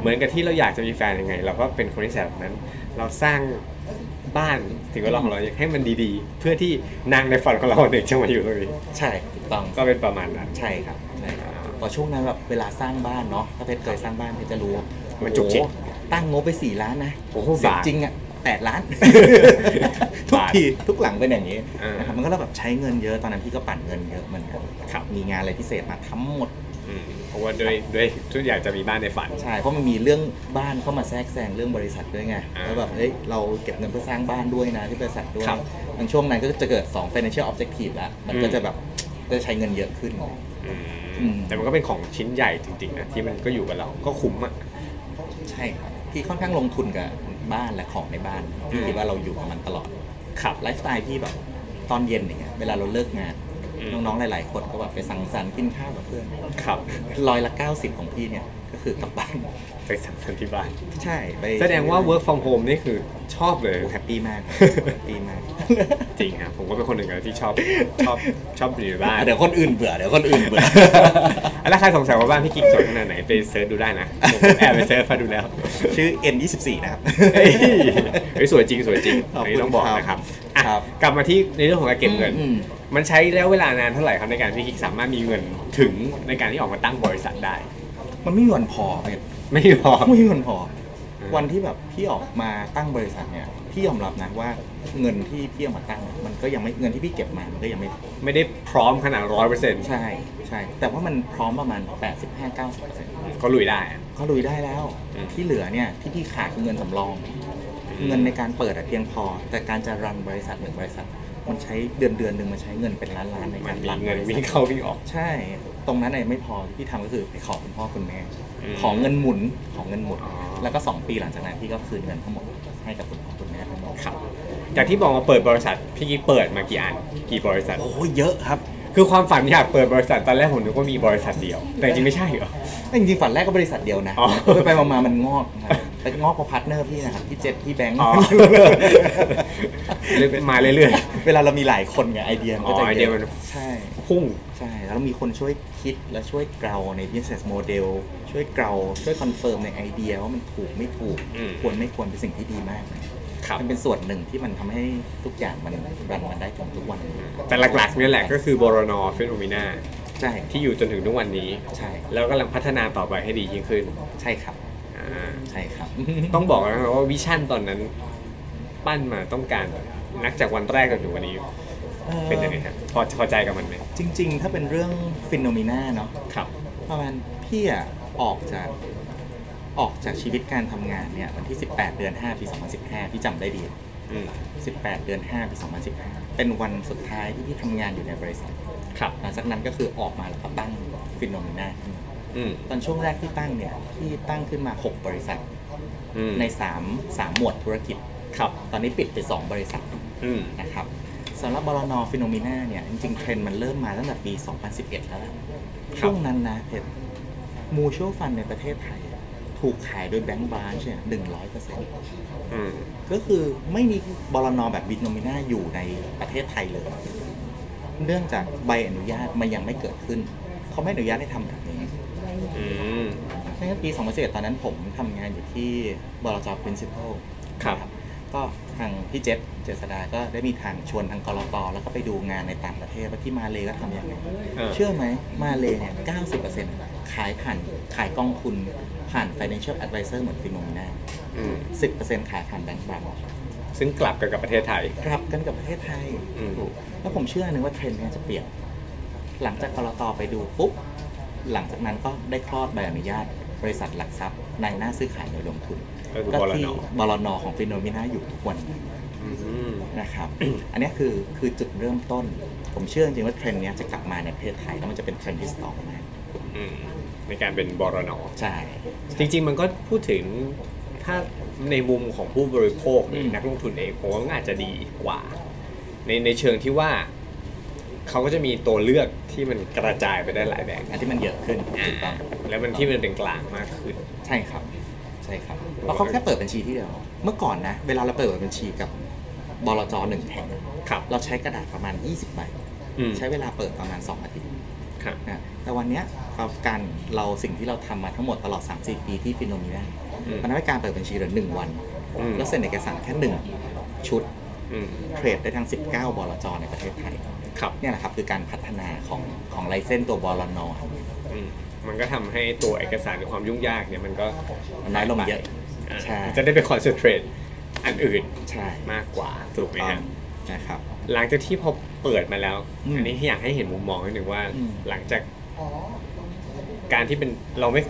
[SPEAKER 3] เหมือนกับที่เราอยากจะมีแฟนยังไง เราก็เป็นคนที่แบบนั้น เราสร้างบ้านสิ่งแวดล้อมของเราให้มันดีๆ เพื่อที่นางในฝันของเราเด็กจะมาอยู่ตรงนี้
[SPEAKER 4] ใช่ถูกต้อง
[SPEAKER 3] ก็เป็นประมาณนั้น
[SPEAKER 4] ใช่ครับใช่ครับพอช่วงนั้นแบบเวลาสร้างบ้านเนาะถ้าเพชรเคยสร้างบ้านเพชรจะรู้
[SPEAKER 3] มันจุกจิก
[SPEAKER 4] โอ้โหตั้งงบไปสี่ล้านนะ
[SPEAKER 3] โอ้โห
[SPEAKER 4] เสร็จ
[SPEAKER 3] บาท
[SPEAKER 4] จริงอ่ะแปด ล้าน
[SPEAKER 3] บาท
[SPEAKER 4] ทุกทีทุกหลังเป็นอย่างนี้
[SPEAKER 3] อ่าน
[SPEAKER 4] นะครับมันก็เลยแบบใช้เงินเยอะตอนนั้นพี่ก็ปั่นเงินเยอะเหมือนกัน
[SPEAKER 3] ครับ
[SPEAKER 4] มีงานอะไรพิเศษมาทั้งหมด
[SPEAKER 3] อืมเพราะว่าด้วยด้วยทุกอยากจะมีบ้านในฝัน
[SPEAKER 4] ใช่เพราะมันมีเรื่องบ้านเข้ามาแทรกแซงเรื่องบริษัทด้วยไง
[SPEAKER 3] อ่า
[SPEAKER 4] แล้วแบบเฮ้ยเราเก็บเงินเพื่อสร้างบ้านด้วยนะที่บริษัทด้วย
[SPEAKER 3] ครับ
[SPEAKER 4] มันช่วงนั้นก็จะเกิดสอง financial objective ละมันก็
[SPEAKER 3] อืม
[SPEAKER 4] จะแบบจะใช้เงินเยอะขึ้น
[SPEAKER 3] อืม
[SPEAKER 4] อืม
[SPEAKER 3] แต่มันก็เป็นของชิ้นใหญ่จริงๆนะที่มันก็อยู่กับเราก็คุ้มอ่ะ
[SPEAKER 4] ใช่ครับพี่ค่อนข้างลงทุนกับบ้านและของในบ้าน
[SPEAKER 3] อืม
[SPEAKER 4] พี่คิดว่าเราอยู่กับมันตลอด
[SPEAKER 3] ครับ
[SPEAKER 4] ไลฟ์สไตล์พี่แบบตอนเย็นอย่างเงี้ยเวลาเราเลิกงาน
[SPEAKER 3] อืม
[SPEAKER 4] น้องๆหลาย ๆ คนก็แบบไปสังสรรค์กินข้าวกับเพื่อน
[SPEAKER 3] ครับ
[SPEAKER 4] ร้อยละ 90 ของพี่เนี่ย ก็คือกลับบ้าน
[SPEAKER 3] ไปสังสรรค์ที่ บ้าน
[SPEAKER 4] ใช่ไป
[SPEAKER 3] แสดงว่า work from home นี่คือชอบเลย
[SPEAKER 4] โอ้แฮปปี้ มากแฮปปี้มาก
[SPEAKER 3] จริงครับผมก็เป็นคนหนึ่งนะที่ชอบชอบชอบอยู่ในบ้าน
[SPEAKER 4] เดี๋ยวคนอื่นเบื่อเดี๋ยวคนอื่น เบื่อ
[SPEAKER 3] แล้วใครสงสัยว่าบ้านพี่กิ๊กสวยขนาดไหนไปเซิร์ชดูได้นะผมแอบไปเซิร์ชมาดูแล้ว
[SPEAKER 4] ชื่อ N24 นะครับ
[SPEAKER 3] เฮ้ยเฮ้ยสวยจริงสวยจริงอันนี้ต้องบอกนะครับอ่ะ
[SPEAKER 4] ครับ
[SPEAKER 3] กลับมาที่ในเรื่องของการเก็บเงิน
[SPEAKER 4] อืม
[SPEAKER 3] มันใช้ระยะเวลานานเท่าไหร่ครับในการพี่กิ๊กสามารถมีเงินถึงในการที่ออกมาตั้งบริษัทได้
[SPEAKER 4] มันไม่มีวันพอเลย
[SPEAKER 3] ไม่พอ
[SPEAKER 4] ไม่มีวันพอ
[SPEAKER 3] อืม
[SPEAKER 4] วันที่แบบพี่ออกมาตั้งบริษัทเนี่ย พี่ยอมรับนะว่าเงินที่พี่เอามาตั้งเนี่ยมันก็ยังไม่เงินที่พี่เก็บมา มันก็ยังไม่พอ
[SPEAKER 3] ไม่ได้พร้อมขนาดร้อยเปอร์เซ็นต์
[SPEAKER 4] ใช่ใช่ แต่ว่ามันพร้อมประมาณ 85-90%
[SPEAKER 3] ก็ลุยได้อะ
[SPEAKER 4] ก็ลุยได้แล้ว
[SPEAKER 3] อืม
[SPEAKER 4] ที่เหลือเนี่ยที่พี่ขาดคือเงินสำรอง เงินในการเปิดอะเพียงพอ แต่การจะรันบริษัทหนึ่งบริษัท มันใช้เดือนเดือนหนึ่งมันใช้เงินเป็นล้านล้านๆใน
[SPEAKER 3] มั
[SPEAKER 4] กาน ร
[SPEAKER 3] มี
[SPEAKER 4] รัน
[SPEAKER 3] เงิน
[SPEAKER 4] บริ
[SPEAKER 3] วิ่ง
[SPEAKER 4] ษัท
[SPEAKER 3] เข้าวิ่งออก
[SPEAKER 4] ใช่ ตรงนั้นเองไม่พอที่พี่ทำก็คือไปขอคุณพ่อคุณแม่
[SPEAKER 3] อืม
[SPEAKER 4] ขอเงินหมุนของเงินหมุน
[SPEAKER 3] อ๋อ
[SPEAKER 4] แล้วก็สองปีหลังจากนั้นพี่ก็คืนเงินทั้งหมดให้กับคุณพ่อคุณแม่ทั้งหมด
[SPEAKER 3] ครับจากที่บอกมาเปิดบริษัทพี่กิ๊กเปิดมากี่อันกี่บริษัท
[SPEAKER 4] โอ้ยเยอะครับ
[SPEAKER 3] คือความฝันอยากเปิดบริษัทตอนแรกผมนึกว่ามีบริษัทเดียว แต่จริงไม่ใช่เหรอ
[SPEAKER 4] แต่จริงๆฝันแรกก็บริษัทเดียวนะ
[SPEAKER 3] อ๋อ
[SPEAKER 4] ไปไปๆมาๆมันงอกนะครับไปงอกเพราะพาร์ทเนอร์พี่นะครับพี่เจษพี่แบงค์
[SPEAKER 3] อ๋อ เลย มาเรื่อย
[SPEAKER 4] เวลาเรามีหลายคนไงไอเดียมันก็จะ
[SPEAKER 3] อ๋อไอเดี
[SPEAKER 4] เย
[SPEAKER 3] ยมัน
[SPEAKER 4] อะใช่
[SPEAKER 3] ๆพุ่ง
[SPEAKER 4] ใช่ แล้วมีคนช่วยคิดและช่วยเกลาใน business model ช่วยเกลาช่วยคอนเฟิร์มในไอเดียว่ามันถูกไม่ถูก
[SPEAKER 3] อืม
[SPEAKER 4] ควรไม่ควรเป็นสิ่งที่ดีมาก
[SPEAKER 3] ครับ
[SPEAKER 4] มันเป็นส่วนหนึ่งที่มันทำให้ทุกอย่างมันรันมันได้จนทุกวันนี้
[SPEAKER 3] แต่หลักๆเนี่ยแหละก็คือบรนอฟิโนมิน่า
[SPEAKER 4] ใช่
[SPEAKER 3] ที่อยู่จนถึงทุกวันนี้
[SPEAKER 4] ใช่
[SPEAKER 3] แล้วกำลังพัฒนาต่อไปให้ดียิ่งขึ้น
[SPEAKER 4] ใช่ครับ
[SPEAKER 3] อ่า
[SPEAKER 4] ใช่ ครับ
[SPEAKER 3] ต้องบอกนะครับว่าวิชั่นตอนนั้นปั้นมาต้องการนักจากวันแรกจนถึงวันนี้เป็นยังไงครับพอพอใจกับมันไหม
[SPEAKER 4] จริง ๆ ถ้าเป็นเรื่องฟินโนมิน่าเนาะ
[SPEAKER 3] ครับ
[SPEAKER 4] ประมาณพี่อะออกจากออกจากชีวิตการทำงานเนี่ยวันที่ 18 เดือน 5 ปี 2015 พี่จำได้ดี
[SPEAKER 3] อืม
[SPEAKER 4] 18 เดือน 5 ปี 2015 เป็นวันสุดท้ายที่พี่ทำงานอยู่ในบริษัท
[SPEAKER 3] ครับ
[SPEAKER 4] หลังจากนั้นก็คือออกมาแล้วก็ตั้งฟินโนมิน่าขึ้นมา
[SPEAKER 3] อืม
[SPEAKER 4] ตอนช่วงแรกที่ตั้งเนี่ยพี่ตั้งขึ้นมา 6 บริษัท
[SPEAKER 3] อืม
[SPEAKER 4] ใน 3 3 หมวดธุรกิจ
[SPEAKER 3] ครับ
[SPEAKER 4] ตอนนี้ปิดไป 2 บริษัท
[SPEAKER 3] อืม
[SPEAKER 4] นะครับสำหรับบรนอฟิโนมิน่าเนี่ย จริงๆ เทรนด์มันเริ่มมาตั้งแต่ปี 2011 แล้วล่ะช่วงนั้นนะเพชรมูชัวฟันในประเทศไทย ถูกขายโดยแบงก์บรานช์เนี่ยหนึ่งร้อยเปอร์เซ็นต์
[SPEAKER 3] อืม
[SPEAKER 4] ก็คือไม่มีบรนอแบบบิโนมิน่าอยู่ในประเทศไทยเลย เนื่องจากใบอนุญาตมันยังไม่เกิดขึ้น เขาไม่อนุญาตให้ทำแบบนี้
[SPEAKER 3] อืม
[SPEAKER 4] ดังนั้นปี2011ตอนนั้นผมทำงานอยู่ที่บรจ principal
[SPEAKER 3] ครับ
[SPEAKER 4] ก็ทางพี่เจษเจษดาก็ได้มีทางชวนทางกรตแล้วก็ไปดูงานในต่างประเทศว่าที่มาเลก็ทำยังไง
[SPEAKER 3] เออ
[SPEAKER 4] เชื่อไหมมาเลเนี่ย 90%ขายผ่านขายกองทุนผ่าน financial advisor เหมือนฟิโนมิน่า
[SPEAKER 3] อืม
[SPEAKER 4] 10%ขายผ่านแบงก์บาง
[SPEAKER 3] ซึ่งกลับกันกับประเทศไทย
[SPEAKER 4] กลับกันกับประเทศไทย
[SPEAKER 3] อืม
[SPEAKER 4] แล้วผมเชื่อหนึ่งว่าเทรนด์เนี่ยจะเปลี่ยน หลังจากกรตไปดูปุ๊บ หลังจากนั้นก็ได้คลอดใบอนุญาต บริษัทหลักทรัพย์ในหน้าซื้อขายโดยลงทุน
[SPEAKER 3] ก็คือบ
[SPEAKER 4] ก็
[SPEAKER 3] รน
[SPEAKER 4] ที่
[SPEAKER 3] อ
[SPEAKER 4] บรนอของฟิโนมิน่าอยู่ทุกวันนี้
[SPEAKER 3] อืม
[SPEAKER 4] นะครับ อันเนี้ยคือคือจุดเริ่มต้น ผมเชื่อจริงๆว่าเทรนด์เนี้ยจะกลับมาในประเทศไทยแล้วมันจะเป็นเทรนด์ที่สองนะ
[SPEAKER 3] อืมในการเป็นบรนอ
[SPEAKER 4] ใช่
[SPEAKER 3] จริงๆ มันก็พูดถึงถ้าในมุมของผู้บริโภคหรือ
[SPEAKER 4] ม
[SPEAKER 3] นักลงทุนเองผมว่ามันอาจจะดีกว่า ในในเชิงที่ว่า เขาก็จะมีตัวเลือกที่มันกระจายไปได้หลายแบบ
[SPEAKER 4] อันที่มันเยอะขึ้นถูกต้อง
[SPEAKER 3] แล้วมันที่มันเป็นกลางมากขึ้น
[SPEAKER 4] ใช่ครับ ใช่ครับเพราะเขาแค่เปิดบัญชีที่เดียว เมื่อก่อนนะ เวลาเราเปิดบัญชีกับบลจหนึ่งแห่ง
[SPEAKER 3] ครับ
[SPEAKER 4] เราใช้กระดาษประมาณ 20ใบ
[SPEAKER 3] อืม
[SPEAKER 4] ใช้เวลาเปิดประมาณ 2 อาทิตย์
[SPEAKER 3] ครับ
[SPEAKER 4] นะแต่วันเนี้ยครับการเราสิ่งที่เราทำมาทั้งหมดตลอด 3-4 ปีที่ฟิโนมีนา
[SPEAKER 3] อืม
[SPEAKER 4] มันทำให้การเปิดบัญชีเหลือหนึ่งวัน
[SPEAKER 3] อืม
[SPEAKER 4] แล้วเซ็นเอกสารแค่หนึ่งชุด
[SPEAKER 3] อืม
[SPEAKER 4] เทรดได้ทั้ง 19 บลจ ในประเทศไทย
[SPEAKER 3] ครับ
[SPEAKER 4] เนี่ยแหละครับ คือการพัฒนาของของไลเส้นตัวบลนอ
[SPEAKER 3] อืมมันก็ทำให้ตัวเอกสารหรือความยุ่งยากเนี่ยมันก็
[SPEAKER 4] มันน้อยลงเยอะ
[SPEAKER 3] อ่า
[SPEAKER 4] ใช่
[SPEAKER 3] จะได้ไปคอนเซนเทรตอันอื่น
[SPEAKER 4] ใช่
[SPEAKER 3] มากกว่าถูกไหมฮะ
[SPEAKER 4] นะครับ
[SPEAKER 3] หลังจากที่พอเปิดมาแล้ว
[SPEAKER 4] อืม
[SPEAKER 3] อันนี้อยากให้เห็นมุมมองนิดหนึ่งว่า
[SPEAKER 4] อืม
[SPEAKER 3] หลังจากการที่เป็นเราไม่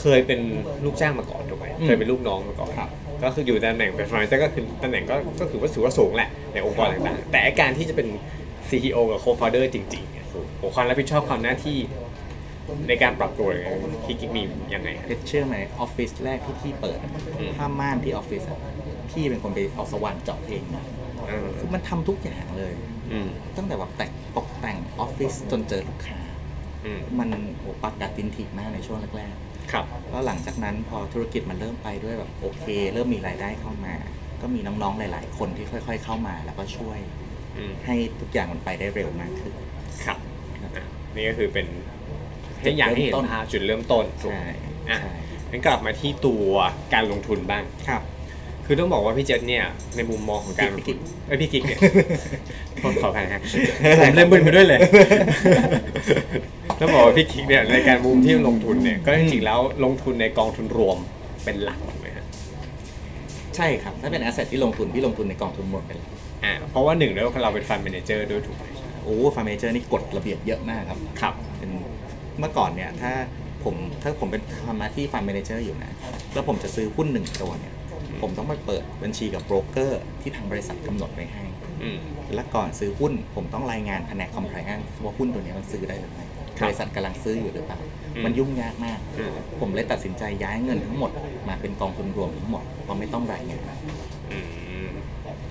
[SPEAKER 3] เคยเป็นลูกจ้างมาก่อนถูกไหมเคยเป็นลูกน้องมาก่อน
[SPEAKER 4] ครับ
[SPEAKER 3] ก็คืออยู่ตำแหน่งเป็นฟรานซ์ก็คือตำแหน่งก็ก็ถือว่าสูงว่าสูงแหละในองค์กรต่างๆ แต่ไอ้การที่จะเป็น CEO กับ Co-founder จริงๆเนี่ยโอ้โหความรับผิดชอบความหน้าที่ในการปรับตัวอย่างเงี้ยคิดมียังไงครับ
[SPEAKER 4] เพชรเชื่อไหมออฟฟิศแรกที่พี่เปิดอะ
[SPEAKER 3] อืม
[SPEAKER 4] ผ้าม่านที่ออฟฟิศอะพี่เป็นคนไปเอาสว่านเจาะเองนะ
[SPEAKER 3] อืม
[SPEAKER 4] คือมันทำทุกอย่างเลย
[SPEAKER 3] อืม
[SPEAKER 4] ตั้งแต่แบบแต่งตกแต่งออฟฟิศจนเจอลูกค้า
[SPEAKER 3] อืม
[SPEAKER 4] มันโอ้ปักกัดตินถีบมากในช่วงแรก
[SPEAKER 3] ครับ
[SPEAKER 4] ๆแล้วหลังจากนั้นพอธุรกิจมันเริ่มไปด้วยแบบโอเค เริ่มมีรายได้เข้ามา ก็มีน้องๆหลาย ๆ คนที่ค่อย ๆ เข้ามาแล้วก็ช่วย
[SPEAKER 3] อืม
[SPEAKER 4] ให้ทุกอย่างมันไปได้เร็วมากขึ้น
[SPEAKER 3] ครับอ่ะนี่ก็คือเป็นให้อยากให้เห็นภาพจุดเริ่มต้นถูกไหม
[SPEAKER 4] ใช่
[SPEAKER 3] อ่ะ
[SPEAKER 4] ใช่
[SPEAKER 3] งั้นกลับมาที่ตัวการลงทุนบ้าง
[SPEAKER 4] ครับ
[SPEAKER 3] คือต้องบอกว่าพี่เจษเนี่ยในมุมมองของการลงทุ
[SPEAKER 4] พี่กิ๊
[SPEAKER 3] น
[SPEAKER 4] ก
[SPEAKER 3] ไอยพี่กิ๊กเนี่ยขอขออภัยฮะผมเล่นบึนไปด้วยเลย ต้องบอกว่าพี่กิ๊กเนี่ยในการมุมที่ลงทุนเนี่ยก็จริงๆแล้วลงทุนในกองทุนรวมเป็นหลักถูกไหมฮะ
[SPEAKER 4] ใช่ครับ ถ้าเป็น asset ที่ลงทุน พี่ลงทุนในกองทุนหมดไปแล้ว
[SPEAKER 3] อ่าเพราะว่าหนึ่งแล้วเราเป็นฟันเมนเจอร์ด้วยถูกไหม
[SPEAKER 4] โอ้ฟาร์มเมเจอร์นี่กฎระเบียบเยอะมากครับ
[SPEAKER 3] ครับ
[SPEAKER 4] เป็นเมื่อก่อนเนี่ย ถ้าผมถ้าผมเป็นทำหน้าที่ฟาร์มเมเจอร์อยู่นะ แล้วผมจะซื้อหุ้นหนึ่งตัวเนี่ย ผมต้องไปเปิดบัญชีกับโบรกเกอร์ที่ทางบริษัทกำหนดไว้ให้
[SPEAKER 3] อืม
[SPEAKER 4] และก่อนซื้อหุ้น ผมต้องรายงานแผนกคอมไพลแอนซ์ว่าหุ้นตัวเนี้ยมันซื้อได้หรือไม่
[SPEAKER 3] ครับ
[SPEAKER 4] บริษัทกำลังซื้ออยู่หรือเปล่า
[SPEAKER 3] อืม
[SPEAKER 4] มันยุ่งยากมาก
[SPEAKER 3] อืม
[SPEAKER 4] ผมเลยตัดสินใจย้ายเงินทั้งหมด มาเป็นกองทุนรวมทั้งหมดเพราะไม่ต้องรายงาน
[SPEAKER 3] อืม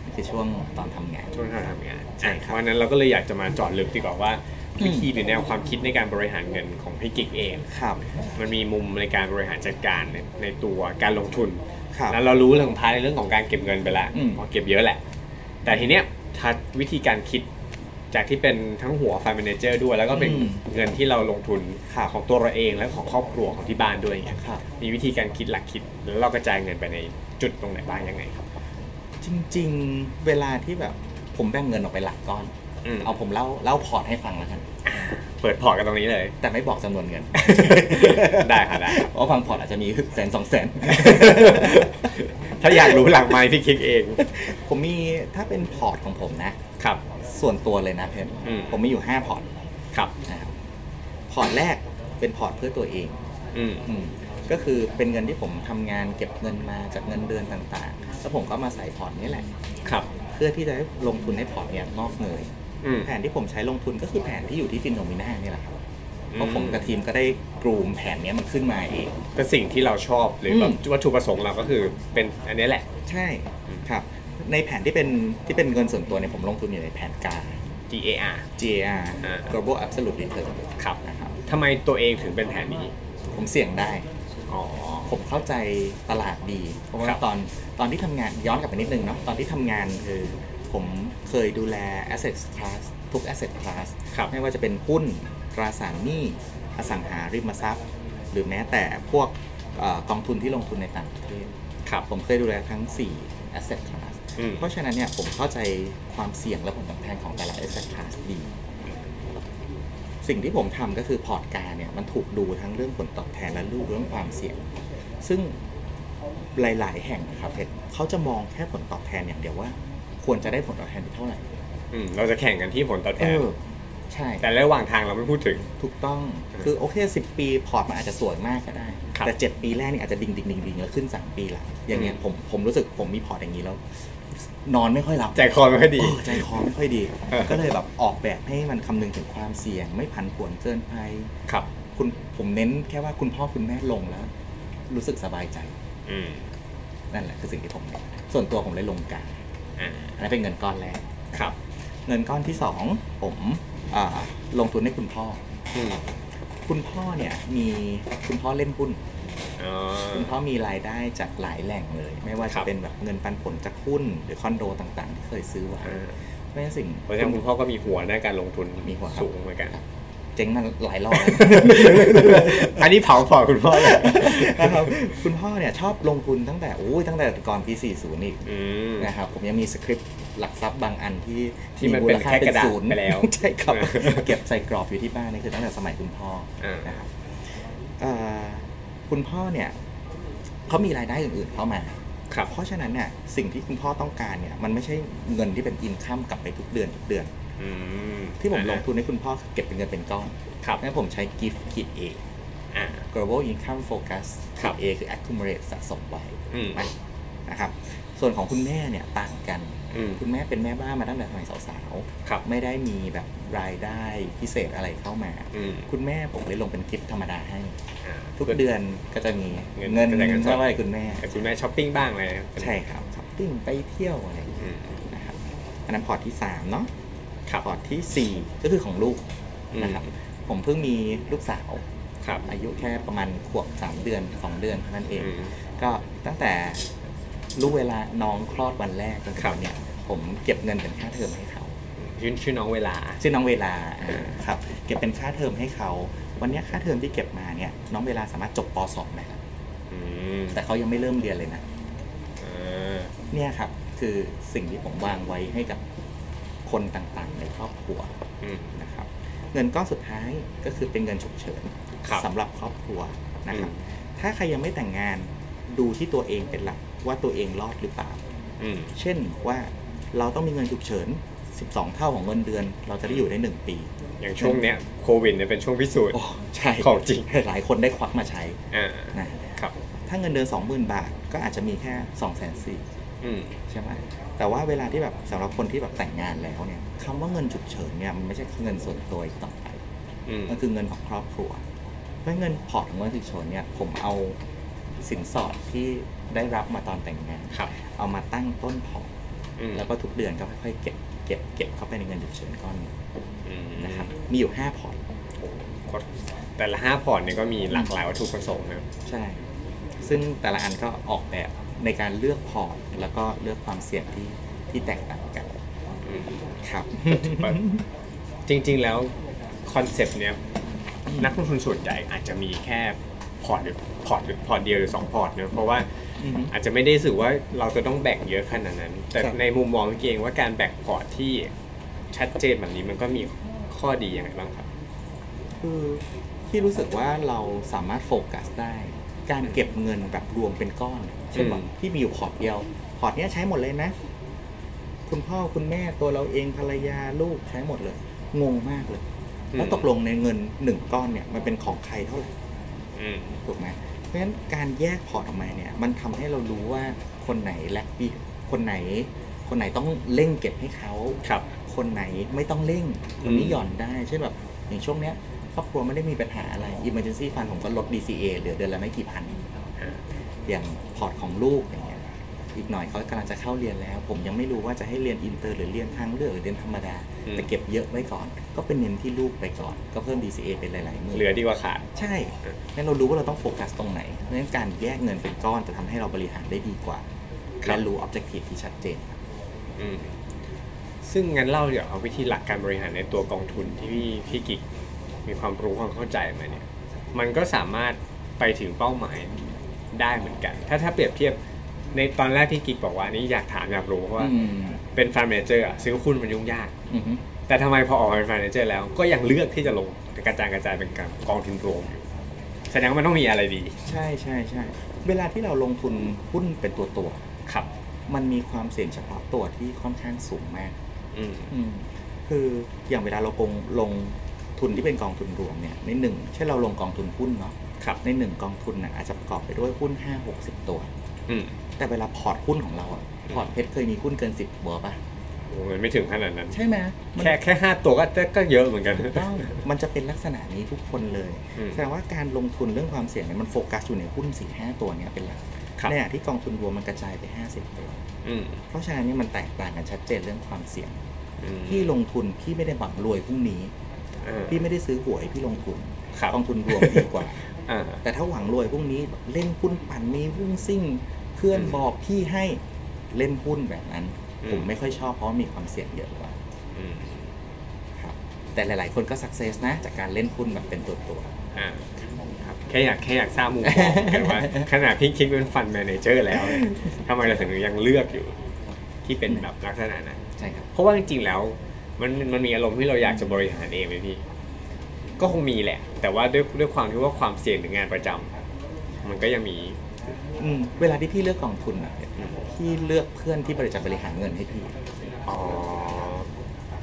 [SPEAKER 4] นี่คือช่วงตอนทำงาน
[SPEAKER 3] ช่วงที่เราทำงาน
[SPEAKER 4] ใช่
[SPEAKER 3] อ่ะ
[SPEAKER 4] ค
[SPEAKER 3] เพ
[SPEAKER 4] รับ
[SPEAKER 3] ราะฉะนั้นเราก็เลยอยากจะมาเจอดลึกดีกว่าว่า
[SPEAKER 4] อืม
[SPEAKER 3] วิธีหรือแนวความคิดในการบริหารเงินของพี่กิ๊กเอง
[SPEAKER 4] ครับ
[SPEAKER 3] มันมีมุมในการบริหารจัดการในในตัวการลงทุน
[SPEAKER 4] ครับ
[SPEAKER 3] แล้วเรารู้เรื่องพาร์ทในเรื่องของการเก็บเงินไปแล้ว
[SPEAKER 4] อืม
[SPEAKER 3] เพราะเก็บเยอะแหละ แต่ทีเนี้ยทัดวิธีการคิดจากที่เป็นทั้งหัวฟ u น d ม a นเจอร์ด้วย แล้วก็เป็นเงินที่เราลงทุน
[SPEAKER 4] ครับ
[SPEAKER 3] ของตัวเราเองและของครอบครัวของที่บ้านด้วยอย่างเงี้ย
[SPEAKER 4] ครับ
[SPEAKER 3] มีวิธีการคิดหลักคิดแล้วเรากระจายเงินไปในจุดตรงไหนบ้างยังไงครับ
[SPEAKER 4] จริง ๆ เวลาที่แบบผมแบ่งเงินออกไปหลักก้อน
[SPEAKER 3] อืม
[SPEAKER 4] เอาผมเล่าเล่าพอร์ตให้ฟังแล้วกัน
[SPEAKER 3] เปิดพอร์ตกันตรงนี้เลย
[SPEAKER 4] แต่ไม่บอกจำนวนเงิน
[SPEAKER 3] ได้ค่ะได้
[SPEAKER 4] เพราะฟังพอร์ตอาจจะมีแสนสองแส น
[SPEAKER 3] ถ้าอยากรู้หลังไมค์พี่คิกเอง
[SPEAKER 4] ผมมีถ้าเป็นพอร์ตของผมนะ
[SPEAKER 3] ครับ
[SPEAKER 4] ส่วนตัวเลยนะเพน
[SPEAKER 3] อืม
[SPEAKER 4] ผมมีอยู่ 5 พอร์ต
[SPEAKER 3] ครับ
[SPEAKER 4] นะครับพอร์ตแรกเป็นพอร์ตเพื่อตัวเอง
[SPEAKER 3] อืม
[SPEAKER 4] อืมก็คือเป็นเงินที่ผมทำงานเก็บเงินมาจากเงินเดือนต่างๆ แล้วผมก็มาใส่พอร์ตนี้แหละ
[SPEAKER 3] ครับ
[SPEAKER 4] เพื่อที่จะให้ลงทุนให้พอร์ตเนี่ยงอกเงย
[SPEAKER 3] อืม
[SPEAKER 4] แผนที่ผมใช้ลงทุนก็คือแผนที่อยู่ที่ฟินโนมิน่านี่แหละครับ
[SPEAKER 3] อืม
[SPEAKER 4] เพราะผมกับทีมก็ได้กรูมแผนเนี้ยมันขึ้นมาเอง
[SPEAKER 3] ก็สิ่งที่เราชอบหรืออ
[SPEAKER 4] ม
[SPEAKER 3] แบบวัตถุประสงค์เราก็คือเป็นอันนี้แหละ
[SPEAKER 4] ใช่
[SPEAKER 3] อืม
[SPEAKER 4] ครับ ในแผนที่เป็นที่เป็นเงินส่วนตัวเนี่ยผมลงทุนอยู่ในแผนการ
[SPEAKER 3] G A R
[SPEAKER 4] GAR
[SPEAKER 3] อ่า
[SPEAKER 4] Global Absolute Return
[SPEAKER 3] ครับ
[SPEAKER 4] นะครับ
[SPEAKER 3] ทำไมตัวเองถึงเป็นแผนนี้
[SPEAKER 4] ผมเสี่ยงได้
[SPEAKER 3] อ๋อ
[SPEAKER 4] ผมเข้าใจตลาดดี เพราะว่า
[SPEAKER 3] ครับ
[SPEAKER 4] ตอนตอนที่ทำงานย้อนกลับไปนิดนึงเนาะ ตอนที่ทำงานคือ ผมเคยดูแล asset class ทุก asset class
[SPEAKER 3] ครับ
[SPEAKER 4] ไม่ว่าจะเป็นหุ้น ตราสารหนี้ อสังหาริมทรัพย์ หรือแม้แต่พวกเอ่อกองทุนที่ลงทุนในต่างประเทศ
[SPEAKER 3] ครับ
[SPEAKER 4] ผมเคยดูแลทั้ง 4 asset class
[SPEAKER 3] อืม
[SPEAKER 4] เพราะฉะนั้นเนี่ยผมเข้าใจความเสี่ยงและผลตอบแทนของแต่ละ asset class ดี สิ่งที่ผมทำก็คือพอร์ตการเนี่ยมันถูกดูทั้งเรื่องผลตอบแทนและรูปเรื่องความเสี่ยง ซึ่งหลาย ๆ แห่งนะครับเพชรเขาจะมองแค่ผลตอบแทนอย่างเดียวว่า ควรจะได้ผลตอบแทนเท่าไหร่
[SPEAKER 3] อืมเราจะแข่งกันที่ผลตอบแท
[SPEAKER 4] เอน อใช่
[SPEAKER 3] แต่ระหว่างทางเราไม่พูดถึง
[SPEAKER 4] ถูกต้องคือโอเค 10 ปีพอร์ตมันอาจจะสวยมากก็ได้
[SPEAKER 3] ครับ
[SPEAKER 4] แต่ 7 ปีแรกเนี่ยอาจจะดิ่งดิ่งดิ่งดิ่งแล้วขึ้น 3 ปีหลังอย่างเงี้ยผมผมรู้สึกผมมีพอร์ตอย่างนี้แล้ว นอนไม่ค่อยหลับ
[SPEAKER 3] ใจคอไม่ค่อยดี
[SPEAKER 4] เออ ใจคอไม่ค่อยดี
[SPEAKER 3] เออ
[SPEAKER 4] ก็เลยแบบออกแบบให้มันคำนึงถึงความเสี่ยง ไม่ผันผวนเกินไป
[SPEAKER 3] ครับ
[SPEAKER 4] คุณผมเน้นแค่ว่าคุณพ่อคุณแม่ลงแล้ว รู้สึกสบายใจ
[SPEAKER 3] อืม
[SPEAKER 4] นั่นแหละคือสิ่งที่ผมเน้นส่วนตัวผมเลยลงกลาง
[SPEAKER 3] อ่า
[SPEAKER 4] อันนั้นเป็นเงินก้อนแรก
[SPEAKER 3] ครับ
[SPEAKER 4] เงินก้อนที่สองผมอ่าลงทุนให้คุณพ่อ
[SPEAKER 3] อืม
[SPEAKER 4] คุณพ่อเนี่ยมีคุณพ่อเล่นหุ้น
[SPEAKER 3] อ๋อ
[SPEAKER 4] คุณพ่อมีรายได้จากหลายแหล่งเลย ไม่ว่า
[SPEAKER 3] ครั
[SPEAKER 4] จะ
[SPEAKER 3] บ
[SPEAKER 4] เป็นแบบเงินปันผลจากหุ้นหรือคอนโดต่างๆ ที่เคยซื้อไว้
[SPEAKER 3] อ่า
[SPEAKER 4] เพราะฉะนั้นสิ่ง
[SPEAKER 3] เพราะฉะนั้นคุณพ่อก็มีหัวในการลงทุน
[SPEAKER 4] มีหัวครับ
[SPEAKER 3] สูงเหมือนกัน
[SPEAKER 4] เจ๊งมาหลายรอบแล้ว
[SPEAKER 3] อันนี้เผาพอร์ตคุณพ่อเลย
[SPEAKER 4] นะครับคุณพ่อเนี่ยชอบลงทุนตั้งแต่โอ้ยตั้งแต่ก่อนปี 40 อีก
[SPEAKER 3] อืม
[SPEAKER 4] นะครับผมยังมีสคริปต์หลักทรัพย์บางอันที่
[SPEAKER 3] ที่มันเป็นแค่กระดาษ
[SPEAKER 4] ศูนย์
[SPEAKER 3] ไปแล้ว
[SPEAKER 4] ใช่ครับ เก็บใส่กรอบอยู่ที่บ้านนี่คือตั้งแต่สมัยคุณพ่อ
[SPEAKER 3] อ่า
[SPEAKER 4] นะครับเอ่อคุณพ่อเนี่ยเขามีรายได้อื่นๆเข้ามา
[SPEAKER 3] ครับ
[SPEAKER 4] เพราะฉะนั้นเนี่ยสิ่งที่คุณพ่อต้องการเนี่ยมันไม่ใช่เงินที่เป็นอินข้ามกลับไปทุกเดือนทุกเดือน
[SPEAKER 3] อืม
[SPEAKER 4] ที่ผมลงทุนให้คุณพ่อคือเก็บเป็นเงินเป็นก้อน
[SPEAKER 3] ครับ
[SPEAKER 4] งั้นผมใช้กิฟต์คิดเอง
[SPEAKER 3] อ่า
[SPEAKER 4] global income focus
[SPEAKER 3] ครับ
[SPEAKER 4] A คือ accumulate สะสมไว้
[SPEAKER 3] อืม
[SPEAKER 4] นะครับ ส่วนของคุณแม่เนี่ยต่างกัน
[SPEAKER 3] อืม
[SPEAKER 4] คุณแม่เป็นแม่บ้านมาตั้งแต่สมัยสาว
[SPEAKER 3] ครับ
[SPEAKER 4] ๆ ไม่ได้มีแบบรายได้พิเศษอะไรเข้ามา
[SPEAKER 3] อืม
[SPEAKER 4] คุณแม่ผมเลยลงเป็นกิฟต์ธรรมดาให้
[SPEAKER 3] อ่า
[SPEAKER 4] ทุกเดือนก็จะมี
[SPEAKER 3] เงิน
[SPEAKER 4] เงิน
[SPEAKER 3] ก็จะเงินสด
[SPEAKER 4] เท่าไหร่คุณแม่
[SPEAKER 3] แต่คุณแม่ช้อปปิ้งบ้างอะไรนะ
[SPEAKER 4] ใช่ครับช้อปปิ้งไปเที่ยวอะไรอย่างเงี้ย
[SPEAKER 3] อืม
[SPEAKER 4] นะครับอันนั้นพอร์ตที่ 3 เนาะ
[SPEAKER 3] ครับ
[SPEAKER 4] พอร์ตทีสี่ 4 ก็คือของลูก
[SPEAKER 3] อืม
[SPEAKER 4] นะครับผมเพิ่งมีลูกสาว
[SPEAKER 3] ครับ
[SPEAKER 4] อายุแค่ประมาณขวบ 3 เดือน 2 เดือนเท่านั้นเอง
[SPEAKER 3] อืม
[SPEAKER 4] ก็ตั้งแต่รู้เวลาน้องคลอดวันแรกจนถึ
[SPEAKER 3] ครับ
[SPEAKER 4] งเนี่ย ผมเก็บเงินเป็นค่าเทอมให้เขา
[SPEAKER 3] ยื่นชื่อน้องเวลา
[SPEAKER 4] ชื่อน้องเวลาอ่าครับ เก็บเป็นค่าเทอมให้เขา วันเนี้ยค่าเทอมที่เก็บมาเนี่ย น้องเวลาสามารถจบป .2 ได้แล้ว
[SPEAKER 3] อืม
[SPEAKER 4] แต่เขายังไม่เริ่มเรียนเลยนะ
[SPEAKER 3] อ่า
[SPEAKER 4] เนี่ยครับ คือสิ่งที่ผมวางไว้ให้กับคนต่างๆ ในครอบครัว
[SPEAKER 3] อืม
[SPEAKER 4] นะครับ เงินก้อนสุดท้ายก็คือเป็นเงินฉุกเฉิน
[SPEAKER 3] ครับ
[SPEAKER 4] สำหรับครอบครัวนะครับ ถ้าใครยังไม่แต่งงานดูที่ตัวเองเป็นหลักว่าตัวเองรอดหรือเปล่า
[SPEAKER 3] อืม
[SPEAKER 4] เช่นว่าเราต้องมีเงินฉุกเฉิน 12 เท่าของเงินเดือน เราจะได้อยู่ได้ 1 ปี
[SPEAKER 3] อย่างช่วงเนี้ยโควิดเนี่ยเป็นช่วงพิสูจน์
[SPEAKER 4] โอ้ใช่
[SPEAKER 3] ของจริง
[SPEAKER 4] หลายคนได้ควักมาใช้
[SPEAKER 3] อ่า
[SPEAKER 4] นะครับ ถ้าเงินเดือน 20,000 บาท ก็อาจจะมีแค่ 2 4 0 0 0 0
[SPEAKER 3] อืม
[SPEAKER 4] ใช่ไหมแต่ว่าเวลาที่แบบสำหรับคนที่แบบแต่งงานแล้วเนี่ยคำว่าเงินฉุกเฉินเนี่ยมันไม่ใช่เงินส่วนตัวอีกต่อไป
[SPEAKER 3] อืม
[SPEAKER 4] มันคือเงินของครอบครัว เพราะเงินพอร์ตของเงินฉุกเฉินเนี่ยผมเอาสินสอดที่ได้รับมาตอนแต่งงาน
[SPEAKER 3] ครับ
[SPEAKER 4] เอามาตั้งต้นพอร์ต
[SPEAKER 3] อืม
[SPEAKER 4] แล้วก็ทุกเดือนก็ค่อยๆเก็บเก็บเก็บเข้าไปในเงินฉุกเฉินก้อนนี้
[SPEAKER 3] อืม
[SPEAKER 4] นะครับ มีอยู่ 5 พอร์ต
[SPEAKER 3] ก็แต่ละห้าพอร์ตเนี่ยก็มีหลากหลายวัตถุประสงค์นะ
[SPEAKER 4] ใช่ ซึ่งแต่ละอันก็ออกแบบในการเลือกพอร์ต แล้วก็เลือกความเสี่ยงที่ที่แตกต่างกัน
[SPEAKER 3] อืม
[SPEAKER 4] ครับ
[SPEAKER 3] จริงๆแล้วคอนเซปต์เนี้ยนักลงทุนส่วนใหญ่อาจจะมีแค่พ พอร์ตหรือพอร์ตหรือพอร์ตเดียวหรือสองพอร์ตเนอะเพราะว่า
[SPEAKER 4] อือฮึ
[SPEAKER 3] อาจจะไม่ได้รู้สึกว่าเราจะต้องแบ่งเยอะขนาดนั้น แต่
[SPEAKER 4] ครับ
[SPEAKER 3] ในมุมมองพี่เองว่าการแบ่งพอร์ตที่ชัดเจนแบบนี้มันก็มีข้อดีอย่างไรบ้างครับ
[SPEAKER 4] คือที่รู้สึกว่าเราสามารถโฟกัสได้ การเก็บเงินแบบรวมเป็นก้อนเช่นแบบ
[SPEAKER 3] อืม
[SPEAKER 4] ที่มีอยู่พอร์ตเดียวพอร์ตเนี้ยใช้หมดเลยนะ คุณพ่อคุณแม่ตัวเราเองภรรยาลูกใช้หมดเลย งงมากเลย แล้วตกลงในเงินหนึ่งก้อนเนี่ยมันเป็นของใครเท่าไหร่
[SPEAKER 3] อืม
[SPEAKER 4] ถูกไหมเพราะฉะนั้นการแยกพอร์ตออกมาเนี่ย มันทำให้เรารู้ว่าคนไหนแลกบีคนไหน คนไหนต้องเร่งเก็บให้เขา
[SPEAKER 3] ครับ
[SPEAKER 4] คนไหนไม่ต้องเร่ง คนนี้หย่อนได้ เช่นแบบ อย่างช่วงเนี้ยครอบครัวไม่ได้มีปัญหาอะไร Emergency Fund ผมก็ลด DCA เหลือเดือนละไม่กี่พัน
[SPEAKER 3] อ่า
[SPEAKER 4] อย่างพอร์ตของลูกอย่างเงี้ย อีกหน่อยเขากำลังจะเข้าเรียนแล้ว ผมยังไม่รู้ว่าจะให้เรียนอินเตอร์หรือเรียนทางเลือกหรือเรียนธรรมดา
[SPEAKER 3] อืม
[SPEAKER 4] แต่เก็บเยอะไว้ก่อน ก็เป็นเน้นที่ลูกไปก่อน ก็เพิ่ม DCA เป็นหลายๆหมืน
[SPEAKER 3] เหลือดีกว่าขาด
[SPEAKER 4] ใช่งั้นเรารู้ว่าเราต้องโฟกัสตรงไหน เพราะฉะนั้นการแยกเงินเป็นก้อนจะทำให้เราบริหารได้ดีกว่า
[SPEAKER 3] ครับ
[SPEAKER 4] และรู้ objective ที่ชัดเจน
[SPEAKER 3] อืมซึ่งงั้นเล่าเดี๋ยวเอาวิธีหลักการบริหารในตัวกองทุนที่พี่พี่กิกมีความรู้ความเข้าใจมาเนี่ย มันก็สามารถไปถึงเป้าหมายได้เหมือนกัน ถ้าถ้าเปรียบเทียบในตอนแรกพี่กิกบอกว่านี่อยากถามอยากรู้เพราะว่า
[SPEAKER 4] อืม
[SPEAKER 3] เป็นฟันเมเจอร์ซื้อหุ้นมันยุ่งยาก
[SPEAKER 4] อือฮึ
[SPEAKER 3] แต่ทำไมพอออกมาเป็นฟันเมเจอร์แล้วก็ยังเลือกที่จะลงกระจายกระจายเป็นกองทุนรวมอยู่แสดงว่ามันต้องมีอะไรดี
[SPEAKER 4] ใช่ใช่ใช่ เวลาที่เราลงทุนหุ้นเป็นตัวตัว
[SPEAKER 3] ครับ
[SPEAKER 4] ๆมันมีความเสี่ยงเฉพาะตัวที่ค่อนข้างสูงมาก
[SPEAKER 3] อืม
[SPEAKER 4] อืมคืออย่างเวลาเราลงลงทุนที่เป็นกองทุนรวมเนี่ยในหนึ่งเช่นเราลงกองทุนหุ้นเนาะ
[SPEAKER 3] ครับ
[SPEAKER 4] ในหนึ่งกองทุนน่ะอาจจะประกอบไปด้วยหุ้น 5 60 ตัว
[SPEAKER 3] อืม
[SPEAKER 4] แต่เวลาพอร์ตหุ้นของเราอะพอร์ตเพชรเคยมีหุ้นเกิน 10หัวปะ
[SPEAKER 3] โอ้มันไม่ถึงขนาดนั้น
[SPEAKER 4] ใช่ไหมมัน
[SPEAKER 3] แค่แค่ห้าตัวก็ก็เยอะเหมือนกัน
[SPEAKER 4] ถูกต้องมันจะเป็นลักษณะนี้ทุกคนเลย
[SPEAKER 3] อืม
[SPEAKER 4] แสดงว่าการลงทุนเรื่องความเสี่ยงเนี่ยมันโฟกัสอยู่ในหุ้น4ี่ห้าตัวเนี้ยเป็นหลัก
[SPEAKER 3] ครับ
[SPEAKER 4] ในขณะที่กองทุนรวมมันกระจายไป 50 ตัว
[SPEAKER 3] อืม
[SPEAKER 4] เพราะฉะนั้นเนี่ยมันแตกต่างกันชัดเจนเรื่องความเสี่ยง
[SPEAKER 3] อืม
[SPEAKER 4] พี่ลงทุนพี่ไม่ได้หวังรวยพรุ่งนี้
[SPEAKER 3] อ่า
[SPEAKER 4] พี่ไม่ได้ซื้อหวยพี่ลงทุน
[SPEAKER 3] ครับ
[SPEAKER 4] กองทุนรวมดีกว่า
[SPEAKER 3] อ่า
[SPEAKER 4] แต่ถ้าหวังรวยพรุ่งนี้แบบเล่นหุ้นปั่นมีหุ้นซิ่ง เพื่อน
[SPEAKER 3] อืม
[SPEAKER 4] บอกพี่ให้เล่นหุ้นแบบนั้น
[SPEAKER 3] อืม
[SPEAKER 4] ผมไม่ค่อยชอบเพราะมีความเสี่ยงเยอะกว่า
[SPEAKER 3] อืม
[SPEAKER 4] ครับแต่หลาย ๆ คนก็สักเซสนะจากการเล่นหุ้นแบบเป็นตัวตัวๆ
[SPEAKER 3] อ่าครับแค่อยากแค่อยากทราบมุมมองกัน ว่า ขนาดพี่คิกเป็นฟันแมเนเจอร์แล้วเนี่ยทำไมเราถึงยังเลือกอยู่ ที่เป็นแบบลักษณะนั้น
[SPEAKER 4] ใช่ครับ
[SPEAKER 3] เพราะว่าจริงๆแล้ว มันมันมีอารมณ์ที่เราอยากจะบริหารเองไหมพี่ ก็คงมีแหละ แต่ว่าด้วยด้วยความที่ว่าความเสี่ยงหรืองานประจำมันก็ยังมี
[SPEAKER 4] อืม เวลาที่พี่เลือกกองทุนอ่ะ พี่เลือกเพื่อนที่บริจาคบริหารเงินให้พี่
[SPEAKER 3] อ๋อ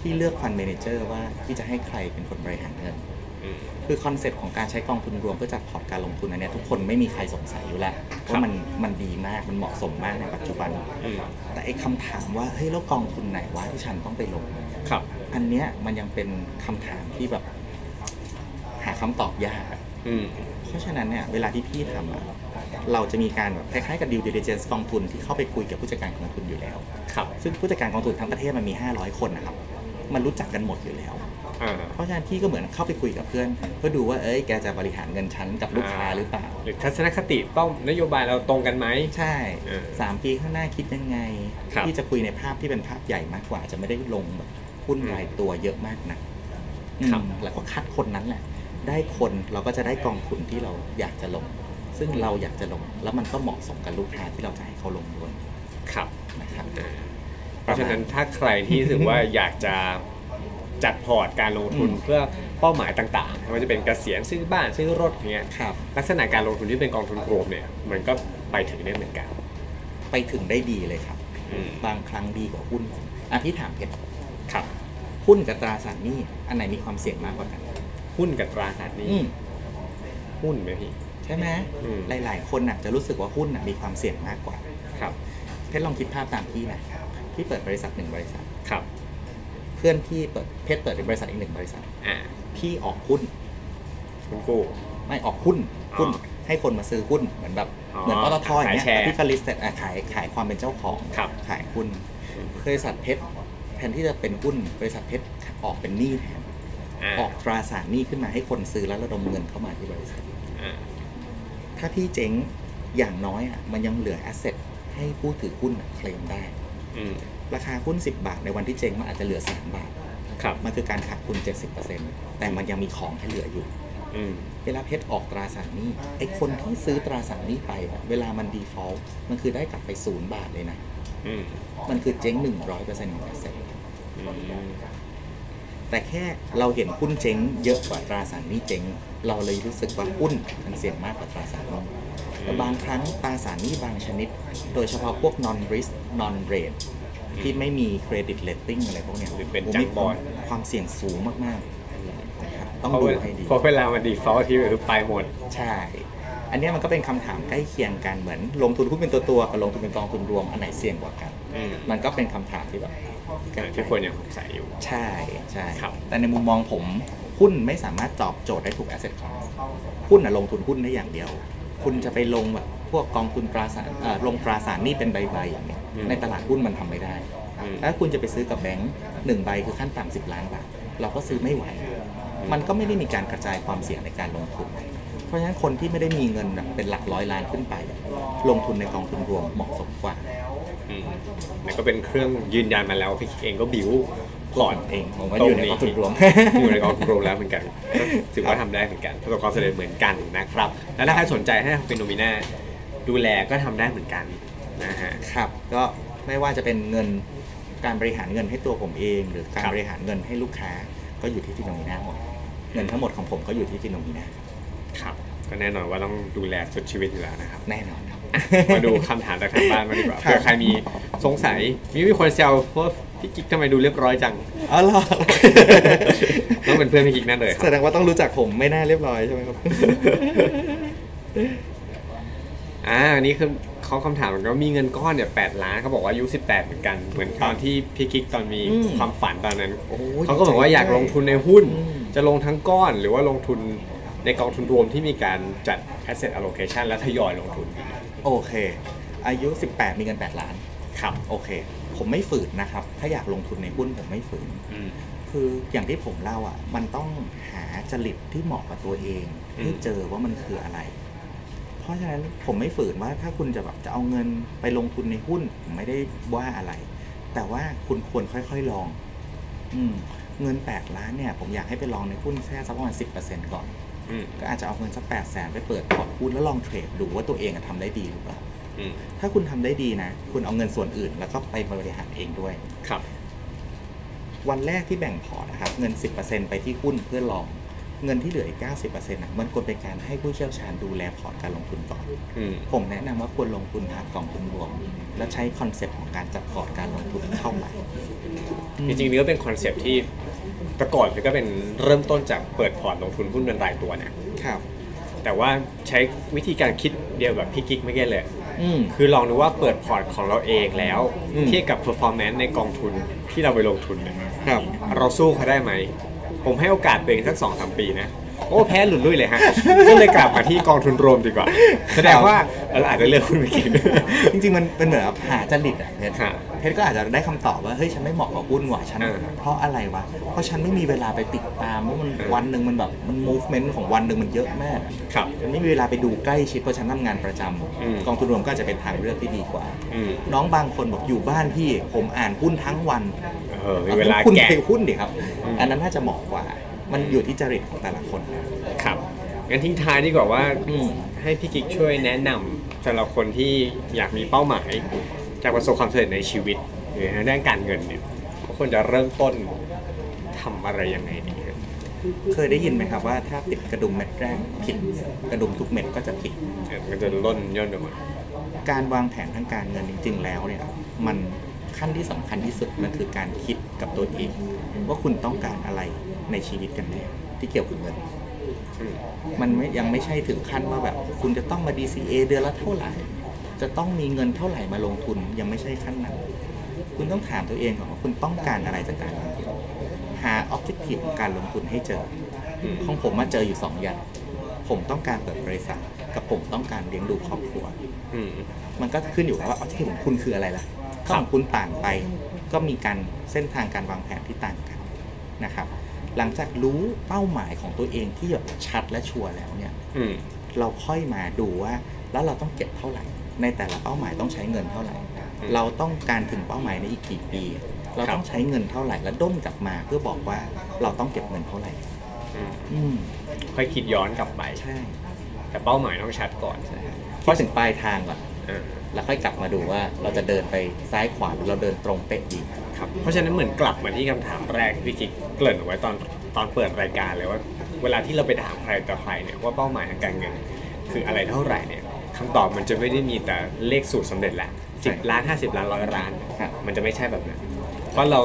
[SPEAKER 4] พี่เลือกฟันเมนเจอร์ว่าพี่จะให้ใครเป็นคนบริหารเงิน
[SPEAKER 3] อืม
[SPEAKER 4] คือคอนเซ็ปต์ของการใช้กองทุนรวมเพื่อจัดพอร์ตการลงทุนอันเนี้ยทุกคนไม่มีใครสงสัยอยู่แล้วว่ามันมันดีมาก มันเหมาะสมมากในปัจจุบัน
[SPEAKER 3] อืม
[SPEAKER 4] แต่ไอ้คำถามว่า เฮ้ยแล้วกองทุนไหนวะที่ฉันต้องไปลง
[SPEAKER 3] ครับ
[SPEAKER 4] อันเนี้ยมันยังเป็นคำถามที่แบบ หาคำตอบยากอะ
[SPEAKER 3] อืม
[SPEAKER 4] เพราะฉะนั้นเนี่ยเวลาที่พี่ทำอะเราจะมีการแบบคล้ายๆกับดิวเด l i เจนซ์กองทุนที่เข้าไปคุยกับผู้จัดการกองทุนอยู่แล้ว
[SPEAKER 3] ครับ
[SPEAKER 4] ซึ่งผู้จัดการกองทุนทั้งประเทศมันมี 500 คนนะครับ มันรู้จักกันหมดอยู่แล้ว
[SPEAKER 3] อ่า
[SPEAKER 4] เพราะฉะนั้นพี่ก็เหมือนเข้าไปคุยกับเพื่อน เพื่อดูว่าเอ้ยแกจะบริหารเงินชั้นกับลูกค้าหรือเปล่า
[SPEAKER 3] หรือทัศนคติเป้านโยบายเราตรงกันไหม
[SPEAKER 4] ใช่
[SPEAKER 3] เออ
[SPEAKER 4] 3 ปีข้างหน้าคิดยังไง
[SPEAKER 3] ครับ
[SPEAKER 4] พี่จะคุยในภาพที่เป็นภาพใหญ่มากกว่า จะไม่ได้ลงแบบหุ้นรายตัวเยอะมากนะอืม
[SPEAKER 3] ครับ
[SPEAKER 4] แล้วก็คัดคนนั้นแหละ ได้คนเราก็จะได้กองทุนที่เราอยากจะลง ซึ่งเราอยากจะลง แล้วมันก็เหมาะสมกับลูกค้าที่เราจะให้เขาลงด้วย
[SPEAKER 3] ครับ
[SPEAKER 4] นะครับ
[SPEAKER 3] เพราะฉะนั้นถ้าใครที่รู้สึกว่าอยากจะจัดพอร์ตการลงทุน
[SPEAKER 4] อืม
[SPEAKER 3] เพื่อเป้าหมายต่างๆไม่ว่าจะเป็นเกษียณซื้อบ้านซื้อรถเงี้ย
[SPEAKER 4] ครับ
[SPEAKER 3] ลักษณะการลงทุนที่เป็นกองทุนรวมเนี่ยมันก็ไปถึงได้เหมือนกัน
[SPEAKER 4] ไปถึงได้ดีเลยครับ
[SPEAKER 3] อืม
[SPEAKER 4] บางครั้งดีกว่าหุ้นอ่ะพี่ถามเพชร
[SPEAKER 3] ครับ
[SPEAKER 4] หุ้นกับตราสารหนี้อันไหนมีความเสี่ยงมากกว่ากัน
[SPEAKER 3] หุ้นกับตราสารหนี้
[SPEAKER 4] อืม
[SPEAKER 3] หุ้นไหมพี่
[SPEAKER 4] ใช่ไหม
[SPEAKER 3] อืม
[SPEAKER 4] หลาย ๆ คนน่ะจะรู้สึกว่าหุ้นน่ะมีความเสี่ยงมากกว่า
[SPEAKER 3] ครับ
[SPEAKER 4] เพชรลองคิดภาพตามพี่นะพี่เปิดบริษัทหนึ่งบริษัท
[SPEAKER 3] ครับ
[SPEAKER 4] เพื่อนพี่เปิดเพชรเปิดเป็นบริษัทอีกหนึ่งบริษัท
[SPEAKER 3] อ่า
[SPEAKER 4] พี่ออกหุ้น
[SPEAKER 3] คุณกู้
[SPEAKER 4] ไม่ออกหุ้น
[SPEAKER 3] อ๋อ
[SPEAKER 4] หุ้นให้คนมาซื้อหุ้นเหมือนแบบ
[SPEAKER 3] อ๋อ
[SPEAKER 4] เหมือนปตทอย่างเงี้ย
[SPEAKER 3] ขายแชร์
[SPEAKER 4] ที่ก็ลิสต์แต่ขายขายความเป็นเจ้าของ
[SPEAKER 3] ครับ
[SPEAKER 4] ขายหุ้นบริษัทเพชรแทนที่จะเป็นหุ้นบริษัทเพชรออกเป็นหนี้แทนาออกตราสารหนี้ขึ้นมาให้คนซื้อแล้วระดมเงินเข้ามาที่บริษัท
[SPEAKER 3] อ่า
[SPEAKER 4] ถ้าพี่เจ๊งอย่างน้อยอ่ะมันยังเหลือแอสเซทให้ผู้ถือหุ้นอะเคลมได้
[SPEAKER 3] อืม
[SPEAKER 4] ราคาหุ้น 10 บาท ในวันที่เจ๊งมันอาจจะเหลือ 3 บาท
[SPEAKER 3] ครับ
[SPEAKER 4] มันคือการขาดทุน70%แต่มันยังมีของให้เหลืออยู่
[SPEAKER 3] อืม
[SPEAKER 4] เวลาเพชรออกตราสารหนี้ไอ้คนที่ซื้อตราสารหนี้ไปอะเวลามันดีฟอลต์มันคือได้กลับไปศูนย์บาทเลยนะ
[SPEAKER 3] อืม
[SPEAKER 4] มันคือเจ๊งหนึ่งร้อยเปอร์เซ็นต์ของแอสเซท
[SPEAKER 3] อืม
[SPEAKER 4] แต่แค่เราเห็นหุ้นเจ๊งเยอะกว่าตราสารหนี้เจ๊ง เราเลยรู้สึกว่าหุ้นมันเสี่ยงมากกว่าตราสารหนี้แต่บางครั้งตราสารหนี้บางชนิด โดยเฉพาะพวก non risk non rate ที่ไม่มีเครดิตเลตติ้งอะไรพวกเนี้ย
[SPEAKER 3] หรือเป็น
[SPEAKER 4] โอ้
[SPEAKER 3] จัง
[SPEAKER 4] มี
[SPEAKER 3] บอล
[SPEAKER 4] ความเสี่ยงสูงมากๆนะครับต้อง
[SPEAKER 3] เพราะ
[SPEAKER 4] ดู
[SPEAKER 3] เวลา
[SPEAKER 4] ให้ดี
[SPEAKER 3] เพราะเวลามันดีฟอลที่คือไปหมด
[SPEAKER 4] ใช่ อันเนี้ยมันก็เป็นคำถามใกล้เคียงกันเหมือน ลงทุนหุ้นเป็นตัวตัวๆกับลงทุนเป็นกองทุนรวมอันไหนเสี่ยงกว่ากัน
[SPEAKER 3] อืม
[SPEAKER 4] มันก็เป็นคำถามที่แบบ
[SPEAKER 3] ที่คนยังสงสัยอยู่
[SPEAKER 4] ใช่ใช่
[SPEAKER 3] ครับ
[SPEAKER 4] แต่ในมุมมองผมหุ้นไม่สามารถตอบโจทย์ได้ถูก asset class หุ้นอะลงทุนหุ้นได้อย่างเดียว คุณจะไปลงแบบพวกกองทุนตราสารเอ่อลงตราสารหนี่เป็นใบๆอย่างเงี้ยในตลาดหุ้นมันทำไม่ได้
[SPEAKER 3] อืม
[SPEAKER 4] ถ้าคุณจะไปซื้อกับแบงค์หนึ่งใบคือขั้นต่ำสิบล้านบาท เราก็ซื้อไม่ไหว มันก็ไม่ได้มีการกระจายความเสี่ยงในการลงทุน เพราะฉะนั้นคนที่ไม่ได้มีเงินแบบเป็นหลักร้อยล้านขึ้นไป ลงทุนในกองทุนรวมเหมาะสมกว่า
[SPEAKER 3] อืมแล้วก็เป็นเครื่องยืนยันมาแล้วพี่เองก็บิวพลอด
[SPEAKER 4] เองผมว่าอยู่ในกองทุนรวม
[SPEAKER 3] อยู่ในกองทุนรวมแล้วเหมื อนกันก็ถือว่าทำได้เหมือนกันประสบความสำเร็จเหมือนกันนะครับ แล้วถ้าใครสนใจให้ทำเป็นโนมิน่าดูแลก็ทำได้เหมือนกันนะฮะ
[SPEAKER 4] ครับ ก็ไม่ว่าจะเป็นเงินการบริหารเงินให้ตัวผมเอง หรือการ
[SPEAKER 3] ครับ
[SPEAKER 4] บริหารเงินให้ลูกค้าก็อยู่ที่ฟิโนมีนาหมด เงินทั้งหมดของผมก็อยู่ที่ฟิโนมีนา
[SPEAKER 3] ครับก็แน่นอนว่าต้องดูแลสุดชีวิตอยู่แล้วนะครับ
[SPEAKER 4] แน่นอนครับ
[SPEAKER 3] มาดูคำถามจากทางบ้านมาง ดีกว่า
[SPEAKER 4] ครับ
[SPEAKER 3] เผื่อใครมีสงสัยมีมีคนแซวว่าพี่กิ๊กทำไมดูเรียบร้อยจั ง
[SPEAKER 4] อ๋อเหรอ
[SPEAKER 3] ต้องเป็นเพื่อนพี่กิ๊กแน่เลยครับ
[SPEAKER 4] แสดงว่าต้องรู้จักผมไม่น่าเรียบร้อยใช่ไหม ครับ
[SPEAKER 3] อ่าอันนี้คือเขาคำถามก็มีเงินก้อนเนี่ยแปดล้านเขาบอกว่าอายุสิบแปดเหมือนกัน เหมือนตอนที่พี่กิ๊กตอนมี
[SPEAKER 4] อืม
[SPEAKER 3] ความฝันตอนนั้น
[SPEAKER 4] โอ้ย
[SPEAKER 3] เขาก็บอกว่าอยากลงทุนในหุ้น
[SPEAKER 4] อืม
[SPEAKER 3] จะลงทั้งก้อนหรือว่าลงทุนในกองทุนรวมที่มีการจัด asset allocation และทยอยลงทุน
[SPEAKER 4] โอเค อายุ 18 มีเงิน 8 ล้าน
[SPEAKER 3] ครับ
[SPEAKER 4] โอเค ผมไม่ฝืนนะครับ ถ้าอยากลงทุนในหุ้นผมไม่ฝืน
[SPEAKER 3] อืม
[SPEAKER 4] คืออย่างที่ผมเล่าอ่ะ มันต้องหาจริตที่เหมาะกับตัวเอง
[SPEAKER 3] อืม
[SPEAKER 4] ที่เจอว่ามันคืออะไร เพราะฉะนั้นผมไม่ฝืนว่าถ้าคุณจะแบบจะเอาเงินไปลงทุนในหุ้นผมไม่ได้ว่าอะไร แต่ว่าคุณควรค่อยๆลอง อืม เงิน 8 ล้านเนี่ย ผมอยากให้ไปลองในหุ้นแค่สักประมาณ10%ก่อน
[SPEAKER 3] อืม
[SPEAKER 4] ก็อาจจะเอาเงินสัก8 0 0 0 0นไปเปิดพอร์ตหุ้นแล้วลองเทรดดูว่าตัวเองอะทำได้ดีหรือเปล่า
[SPEAKER 3] อืม
[SPEAKER 4] ถ้าคุณทำได้ดีนะ คุณเอาเงินส่วนอื่น แล้วก็ไปบริหารเองด้วย
[SPEAKER 3] ครับ
[SPEAKER 4] วันแรกที่แบ่งพอร์ตนะครับ เงิน 10%ไปที่หุ้นเพื่อลอง เงินที่เหลืออีก 90%นะมันควรเป็นการให้ผู้เชี่ยวชาญดูแลพอร์ตการลงทุนก่อน
[SPEAKER 3] อืม
[SPEAKER 4] ผมแนะนำว่าควรลงทุนผ่านกองทุนรวม แล้วใช้คอนเซปต์ของการจัดพอร์ตการลงทุนเข้าไป
[SPEAKER 3] จริงๆนี่ก็เป็นคอนเซปต์ที่แต่ก่อนมันก็เป็นเริ่มต้นจากเปิดพอร์ตลงทุนหุ้นเป็นรายตัวนะ
[SPEAKER 4] ครับ
[SPEAKER 3] แต่ว่าใช้วิธีการคิดเดียวแบบพี่กิ๊กไม่แก่เลย
[SPEAKER 4] อืม
[SPEAKER 3] คือลองดูว่าเปิดพอร์ตของเราเองแล้ว
[SPEAKER 4] อืม
[SPEAKER 3] เทียบกับ performance ในกองทุนที่เราไปลงทุนเนี่ย
[SPEAKER 4] ครับ
[SPEAKER 3] เราสู้เขาได้ไหม ผมให้โอกาสตัวเองสักสองสามปีนะ โอ้แพ้หลุดลุ่ยเลยฮะ ก็เลยกลับมาที่กองทุนรวมดีก ว่า แสดงว่าเราอาจจะเลือกคุณไปกิน
[SPEAKER 4] จริงๆ มันเป็นเหมือนหาจริตอะเพชร
[SPEAKER 3] ฮะ
[SPEAKER 4] เพชรก็อาจจะได้คำตอบว่าเฮ้ยฉันไม่เหมาะกับหุ้นว่ะฉัน
[SPEAKER 3] เออ
[SPEAKER 4] เพราะอะไรวะ เพราะฉันไม่มีเวลาไปติดตามว่ามัน
[SPEAKER 3] เออ
[SPEAKER 4] วันหนึ่งมันแบบมัน movement ของวันหนึ่งมันเยอะมากอะ
[SPEAKER 3] ครับ
[SPEAKER 4] ฉันไม่มีเวลาไปดูใกล้ชิดเพราะฉันทำงานประจำ
[SPEAKER 3] อืม
[SPEAKER 4] กองทุนรวมก็อาจจะเป็นทางเลือกที่ดีกว่า
[SPEAKER 3] อืม
[SPEAKER 4] น้องบางคนบอกอยู่บ้านพี่ผมอ่านหุ้นทั้งวัน
[SPEAKER 3] เออมีเวลา
[SPEAKER 4] คุณ
[SPEAKER 3] แกะ
[SPEAKER 4] ไปหุ้นดิครับ
[SPEAKER 3] อืม
[SPEAKER 4] อันนั้นน่าจะเหมาะกว่า มันอยู่ที่จริตของแต่ละคนนะ
[SPEAKER 3] ครับงั้นทิ้งท้ายดีกว่าว่า
[SPEAKER 4] อืม
[SPEAKER 3] ให้พี่กิ๊กช่วยแนะนำสำหรับคนที่อยากมีเป้าหมายจากประสบความสำเร็จในชีวิต หรือในด้านการเงินเนี่ยว่าควรจะเริ่มต้นทำอะไรยังไงดีครับ
[SPEAKER 4] เคยได้ยินไหมครับว่าถ้าติดกระดุมเม็ดแรกผิดกระดุมทุกเม็ดก็จะผิด
[SPEAKER 3] เออมันจะล่นย่นออกมา
[SPEAKER 4] การวางแผนทางการเงินจริง ๆ แล้วเนี่ยมันขั้นที่สำคัญที่สุดมันคือการคิดกับตัวเอง ว่าคุณต้องการอะไรในชีวิตกันแน่ที่เกี่ยวกับเงิน
[SPEAKER 3] อืม
[SPEAKER 4] มันไม่ยังไม่ใช่ถึงขั้นว่าแบบ คุณจะต้องมา DCA เดือนละเท่าไหร่ จะต้องมีเงินเท่าไหร่มาลงทุนยังไม่ใช่ขั้นนั้น คุณต้องถามตัวเองก่อนว่าคุณต้องการอะไรจากการลงทุนหา objective ของการลงทุนให้เจอ
[SPEAKER 3] อืม
[SPEAKER 4] ของผมมาเจออยู่สองอย่างผมต้องการเปิดบริษัทกับผมต้องการเลี้ยงดูครอบครัว
[SPEAKER 3] อืม
[SPEAKER 4] มันก็ขึ้นอยู่กับว่าออที่ของคุณคืออะไรล่ะถ้าของคุณต่างไป ก็มีการเส้นทางการวางแผนที่ต่างกันนะครับ หลังจากรู้เป้าหมายของตัวเองที่แบบชัดและชัวร์แล้วเนี่ย
[SPEAKER 3] อืม
[SPEAKER 4] เราค่อยมาดูว่าแล้วเราต้องเก็บเท่าไหร่ ในแต่ละเป้าหมายต้องใช้เงินเท่าไหร่
[SPEAKER 3] อืม
[SPEAKER 4] เราต้องการถึงเป้าหมายในอีกกี่ปี เราต้องใช้เงินเท่าไหร่ แล้วด้นกลับมาเพื่อบอกว่าเราต้องเก็บเงินเท่าไหร่
[SPEAKER 3] อืม
[SPEAKER 4] อืม
[SPEAKER 3] ค่อยคิดย้อนกลับไป
[SPEAKER 4] ใช่
[SPEAKER 3] แต่เป้าหมายต้องชัดก่อน
[SPEAKER 4] ใช่ครับคิดถึงปลายทางก่อน
[SPEAKER 3] เออ
[SPEAKER 4] แล้วค่อยกลับมาดูว่าเราจะเดินไปซ้ายขวาหรือเราเดินตรงเป๊ะดี
[SPEAKER 3] ครับเพราะฉะนั้นเหมือนกลับมาที่คำถามแรกที่พี่กิ๊กเกริ่นเอาไว้ตอนตอนเปิดรายการเลยว่า เวลาที่เราไปถามใครต่อใครเนี่ยว่าเป้าหมายทางการเงิน คืออะไรเท่าไหร่เนี่ยคำตอบมันจะไม่ได้มีแต่เลขสูตรสำเร็จแหละสิบล้านห้าสิบล้านร้อยล้าน
[SPEAKER 4] ครับ
[SPEAKER 3] มันจะไม่ใช่แบบนั้นเพราะเรา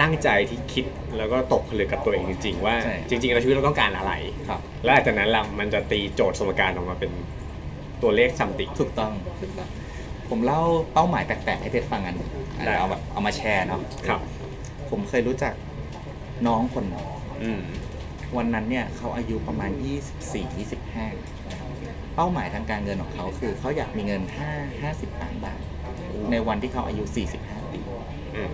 [SPEAKER 3] ตั้งใจที่คิดแล้วก็ตกผลึกกับตัวเองจริง ๆ ว่า
[SPEAKER 4] ใช่
[SPEAKER 3] จริงๆเราชีวิตเราต้องการอะไร
[SPEAKER 4] ครับ
[SPEAKER 3] และหลังจากนั้นล่ะมันจะตีโจทย์สมการออกมาเป็นตัวเลขซัมติง
[SPEAKER 4] ถูกต้องถูกต้อง ผมเล่าเป้าหมายแปลกๆให้เพชรฟังกันอัน
[SPEAKER 3] ได้
[SPEAKER 4] นี้เอามาเอามาแชร์เนาะ
[SPEAKER 3] ครับ
[SPEAKER 4] ผมเคยรู้จักน้องคนหนึ่ง
[SPEAKER 3] อืม
[SPEAKER 4] วันนั้นเนี่ยเขาอายุประมาณ 24 25นะครับเป้าหมายทางการเงินของเขาคือเขาอยากมีเงิน 5 50ล้านบาท ในวันที่เขาอายุ 45 ปี
[SPEAKER 3] อืม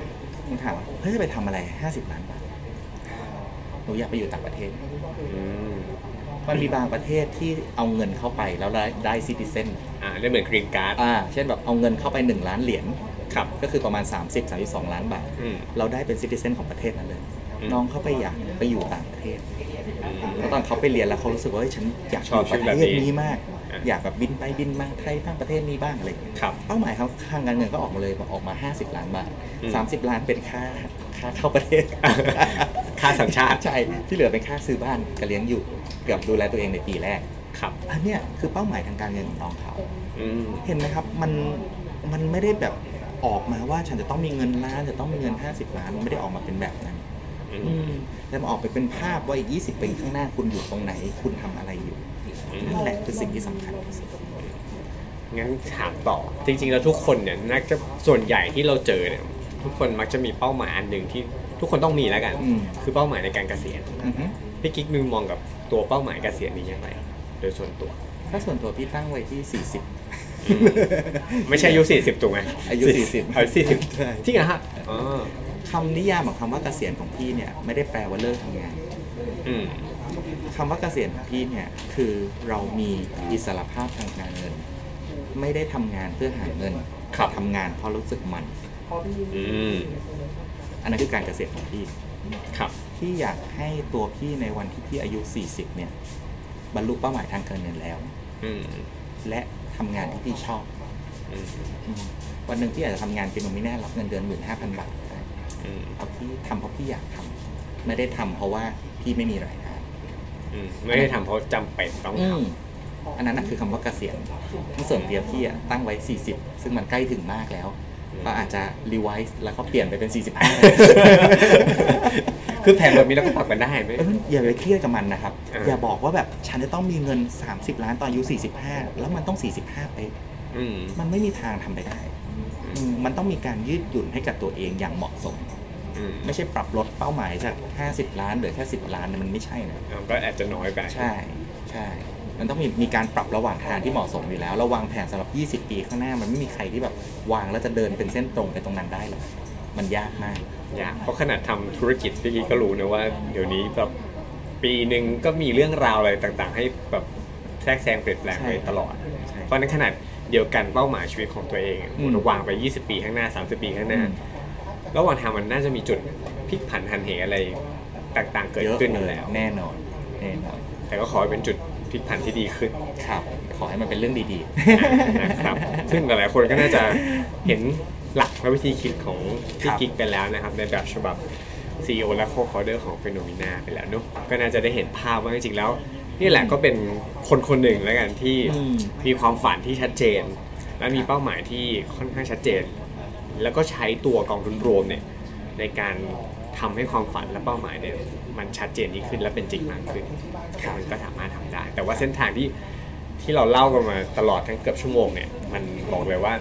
[SPEAKER 4] ผมถามว่าเฮ้ยจะไปทำอะไร 50ล้านบาทหนูอยากไปอยู่ต่างประเทศ
[SPEAKER 3] อืม
[SPEAKER 4] มันมีบางประเทศที่เอาเงินเข้าไปแล้วได้ได้ซิติเซน
[SPEAKER 3] อ่าได้เหมือนกรีนการ์ด
[SPEAKER 4] อ่าเช่นแบบเอาเงินเข้าไป 1 ล้านเหรียญ
[SPEAKER 3] ครับ
[SPEAKER 4] ก็คือประมาณ 30 32 ล้านบาท
[SPEAKER 3] อืม
[SPEAKER 4] เราได้เป็นซิติเซนของประเทศนั้นเลย
[SPEAKER 3] อืม
[SPEAKER 4] น้องเขาไปอยากไปอยู่ต่างประเทศ
[SPEAKER 3] อืม
[SPEAKER 4] แล้วตอนเขาไปเรียนแล้วเขารู้สึกว่าเฮ้ยฉันอยากอ
[SPEAKER 3] ชอบ
[SPEAKER 4] ยู่ประ
[SPEAKER 3] แบบ
[SPEAKER 4] เท
[SPEAKER 3] นี้
[SPEAKER 4] ศนี้มาก
[SPEAKER 3] อ่ะ
[SPEAKER 4] อยากแบบบินไปบินมาไทยบ้างประเทศนี้บ้างอะไรอย่างเงี้ย
[SPEAKER 3] ครับ
[SPEAKER 4] เป้าหมายเขาทางการเงินก็ออกมาเลยบอกออกมา 50 ล้านบาท
[SPEAKER 3] อืม
[SPEAKER 4] 30 ล้านเป็นค่าค่า เข้าประเทศ
[SPEAKER 3] ค่าสัญชาติ
[SPEAKER 4] ใช่ที่เหลือเป็นค่าซื้อบ้านกับเลี้ยงอยู่กับดูแลตัวเองในปีแรก
[SPEAKER 3] ครับ
[SPEAKER 4] อันเนี้ยคือเป้าหมายทางการเงินของน้องเขา
[SPEAKER 3] อืม
[SPEAKER 4] เห็นไหมครับมันมันไม่ได้แบบออกมาว่าฉันจะต้องมีเงินล้านจะต้องมีเงิน 50 ล้านมันไม่ได้ออกมาเป็นแบบนั้น
[SPEAKER 3] อืม
[SPEAKER 4] แต่มันออกไปเป็นภาพว่าอีก 20 ปีข้างหน้าคุณอยู่ตรงไหน คุณทำอะไรอยู่นั่นแหละคือสิ่งที่สำคัญที่สุด
[SPEAKER 3] งั้นถามต่อ จริง ๆ แล้วทุกคนเนี่ยนักจะส่วนใหญ่ที่เราเจอเนี่ย ทุกคนมักจะมีเป้าหมายอันหนึ่งที่ทุกคนต้องมีแล้วกัน
[SPEAKER 4] อืม
[SPEAKER 3] คือเป้าหมายในการเกษียณ
[SPEAKER 4] อือฮึ
[SPEAKER 3] พี่กิ๊กนึงมองกับตัวเป้าหมายเกษียณนี้ยังไงโดยส่วนตัว
[SPEAKER 4] ถ้าส่วนตัวพี่ตั้งไว้ที่
[SPEAKER 3] อืม ไม่ใช่อายุ40ถูกไหม
[SPEAKER 4] อายุ40
[SPEAKER 3] อายุสี่สิบ
[SPEAKER 4] 40ใช่
[SPEAKER 3] จริงเหรอฮะอ๋อ
[SPEAKER 4] คำนิยามของคำว่าเกษียณของพี่เนี่ยไม่ได้แปลว่าเลิกทำงาน
[SPEAKER 3] อืม
[SPEAKER 4] คำว่าเกษียณของพี่เนี่ยคือเรามีอิสรภาพทางการเงิน ไม่ได้ทำงานเพื่อหาเงิน
[SPEAKER 3] ครับ
[SPEAKER 4] ทำงานเพราะรู้สึกมัน
[SPEAKER 3] อืม
[SPEAKER 4] อันนั้นคือการเกษียณของพี่
[SPEAKER 3] ครับ
[SPEAKER 4] พี่อยากให้ตัวพี่ในวันที่พี่อายุ 40 เนี่ย บรรลุเป้าหมายทางการเงินแล้ว
[SPEAKER 3] อืม
[SPEAKER 4] และทำงานที่พี่ชอบ
[SPEAKER 3] อืม
[SPEAKER 4] อืมวันหนึ่งพี่อาจจะทำงานเป็นโนมิแน่รับเงินเดือน 15,000 บาท
[SPEAKER 3] อืม
[SPEAKER 4] เอาพี่ทำเพราะพี่อยากทำไม่ได้ทำเพราะว่าพี่ไม่มีรายได้
[SPEAKER 3] อืม ไม่ได้ทำเพราะจำเป็นต้อง
[SPEAKER 4] อื
[SPEAKER 3] ท
[SPEAKER 4] มอันนั้นนะคือคำว่าเกษียณทั้งส่วนเตียพี่อะตั้งไว้ 40 ซึ่งมันใกล้ถึงมากแล้ว ก็อาจจะรีไวซ์แล้วก็เปลี่ยนไปเป็น 45
[SPEAKER 3] ำ คือแผนแบบนี้เราก็ปรับกันได้ไหม
[SPEAKER 4] เอ้ยอย่าไปเครียดกับมันนะครับ
[SPEAKER 3] อ่า
[SPEAKER 4] อย่าบอกว่าแบบฉันจะต้องมีเงิน 30 ล้านตอนอายุ 45 แล้วมันต้อง 45 ไปะ
[SPEAKER 3] อืม
[SPEAKER 4] มันไม่มีทางทำไปได้อืมมันต้องมีการยืดหยุ่นให้กับตัวเองอย่างเหมาะสม
[SPEAKER 3] อืม
[SPEAKER 4] ไม่ใช่ปรับลดเป้าหมายจาก 50 ล้านเหลือแค่ 10 ล้านเนี่ยมันไม่ใช่นะ
[SPEAKER 3] เอาก็อาจจะน้อยไป
[SPEAKER 4] ใช่ใช่ มันต้องมีมีการปรับระหว่างทางที่เหมาะสมอยู่แล้วเราวางแผนสำหรับ 20 ปีข้างหน้ามันไม่มีใครที่แบบวางแล้วจะเดินเป็นเส้นตรงไปตรงนั้นได้หรอกมันยากมาก
[SPEAKER 3] อยากเพราะขนาดทำธุรกิจพี่กี้ก็รู้นะว่า เดี๋ยวนี้แบบปีหนึ่งก็มีเรื่องราวอะไรต่างๆ ให้แบบแทรกแซงเปลี่ยนแปลงไป
[SPEAKER 4] ใช่
[SPEAKER 3] ตลอด
[SPEAKER 4] ใช่
[SPEAKER 3] เพราะฉะนั้นขนาดเดียวกันเป้าหมายชีวิตของตัวเองอะ
[SPEAKER 4] อืม
[SPEAKER 3] วางไป 20 ปีข้างหน้า 30 ปีข้างหน้า
[SPEAKER 4] อืม
[SPEAKER 3] ระหว่างทางมันน่าจะมีจุดพลิกผันหันเหอะไรต่างๆ เกิดขึ้นอยู่แล้ว
[SPEAKER 4] แน่นอนแน่นอน
[SPEAKER 3] แต่ก็ขอให้เป็นจุดพลิกผันที่ดีขึ้น
[SPEAKER 4] ครับขอให้มันเป็นเรื่องดี
[SPEAKER 3] นะครับซึ่งหลายๆคนก็น่าจะเห็นหลักและวิธีคิดของพี่กิ๊กไปแล้วนะครับ ในแบบฉบับ CEO และ Co-Founder ของ p h e n o m e n a ไปแล้วเนอะก็น่าจะได้เห็นภาพว่าจริงๆแล้ว นี่แหละก็เป็นคนคนหนึ่งแล้วกันที่
[SPEAKER 4] ๆอืม
[SPEAKER 3] มีความฝันที่ชัดเจน และมีเป้าหมายที่ค่อนข้างชัดเจน แล้วก็ใช้ตัวกองทุนรวมเนี่ยในการทำให้ความฝันและเป้าหมายเนี่ยมันชัดเจนยิ่งขึ้นและเป็นจริงมากขึ้นมันก็สามารถทำได้ แต่ว่าเส้นทางที่ ที่เราเล่ากันมาตลอดทั้งเกือบชั่วโมงเนี่ย มันบอกเลยว่า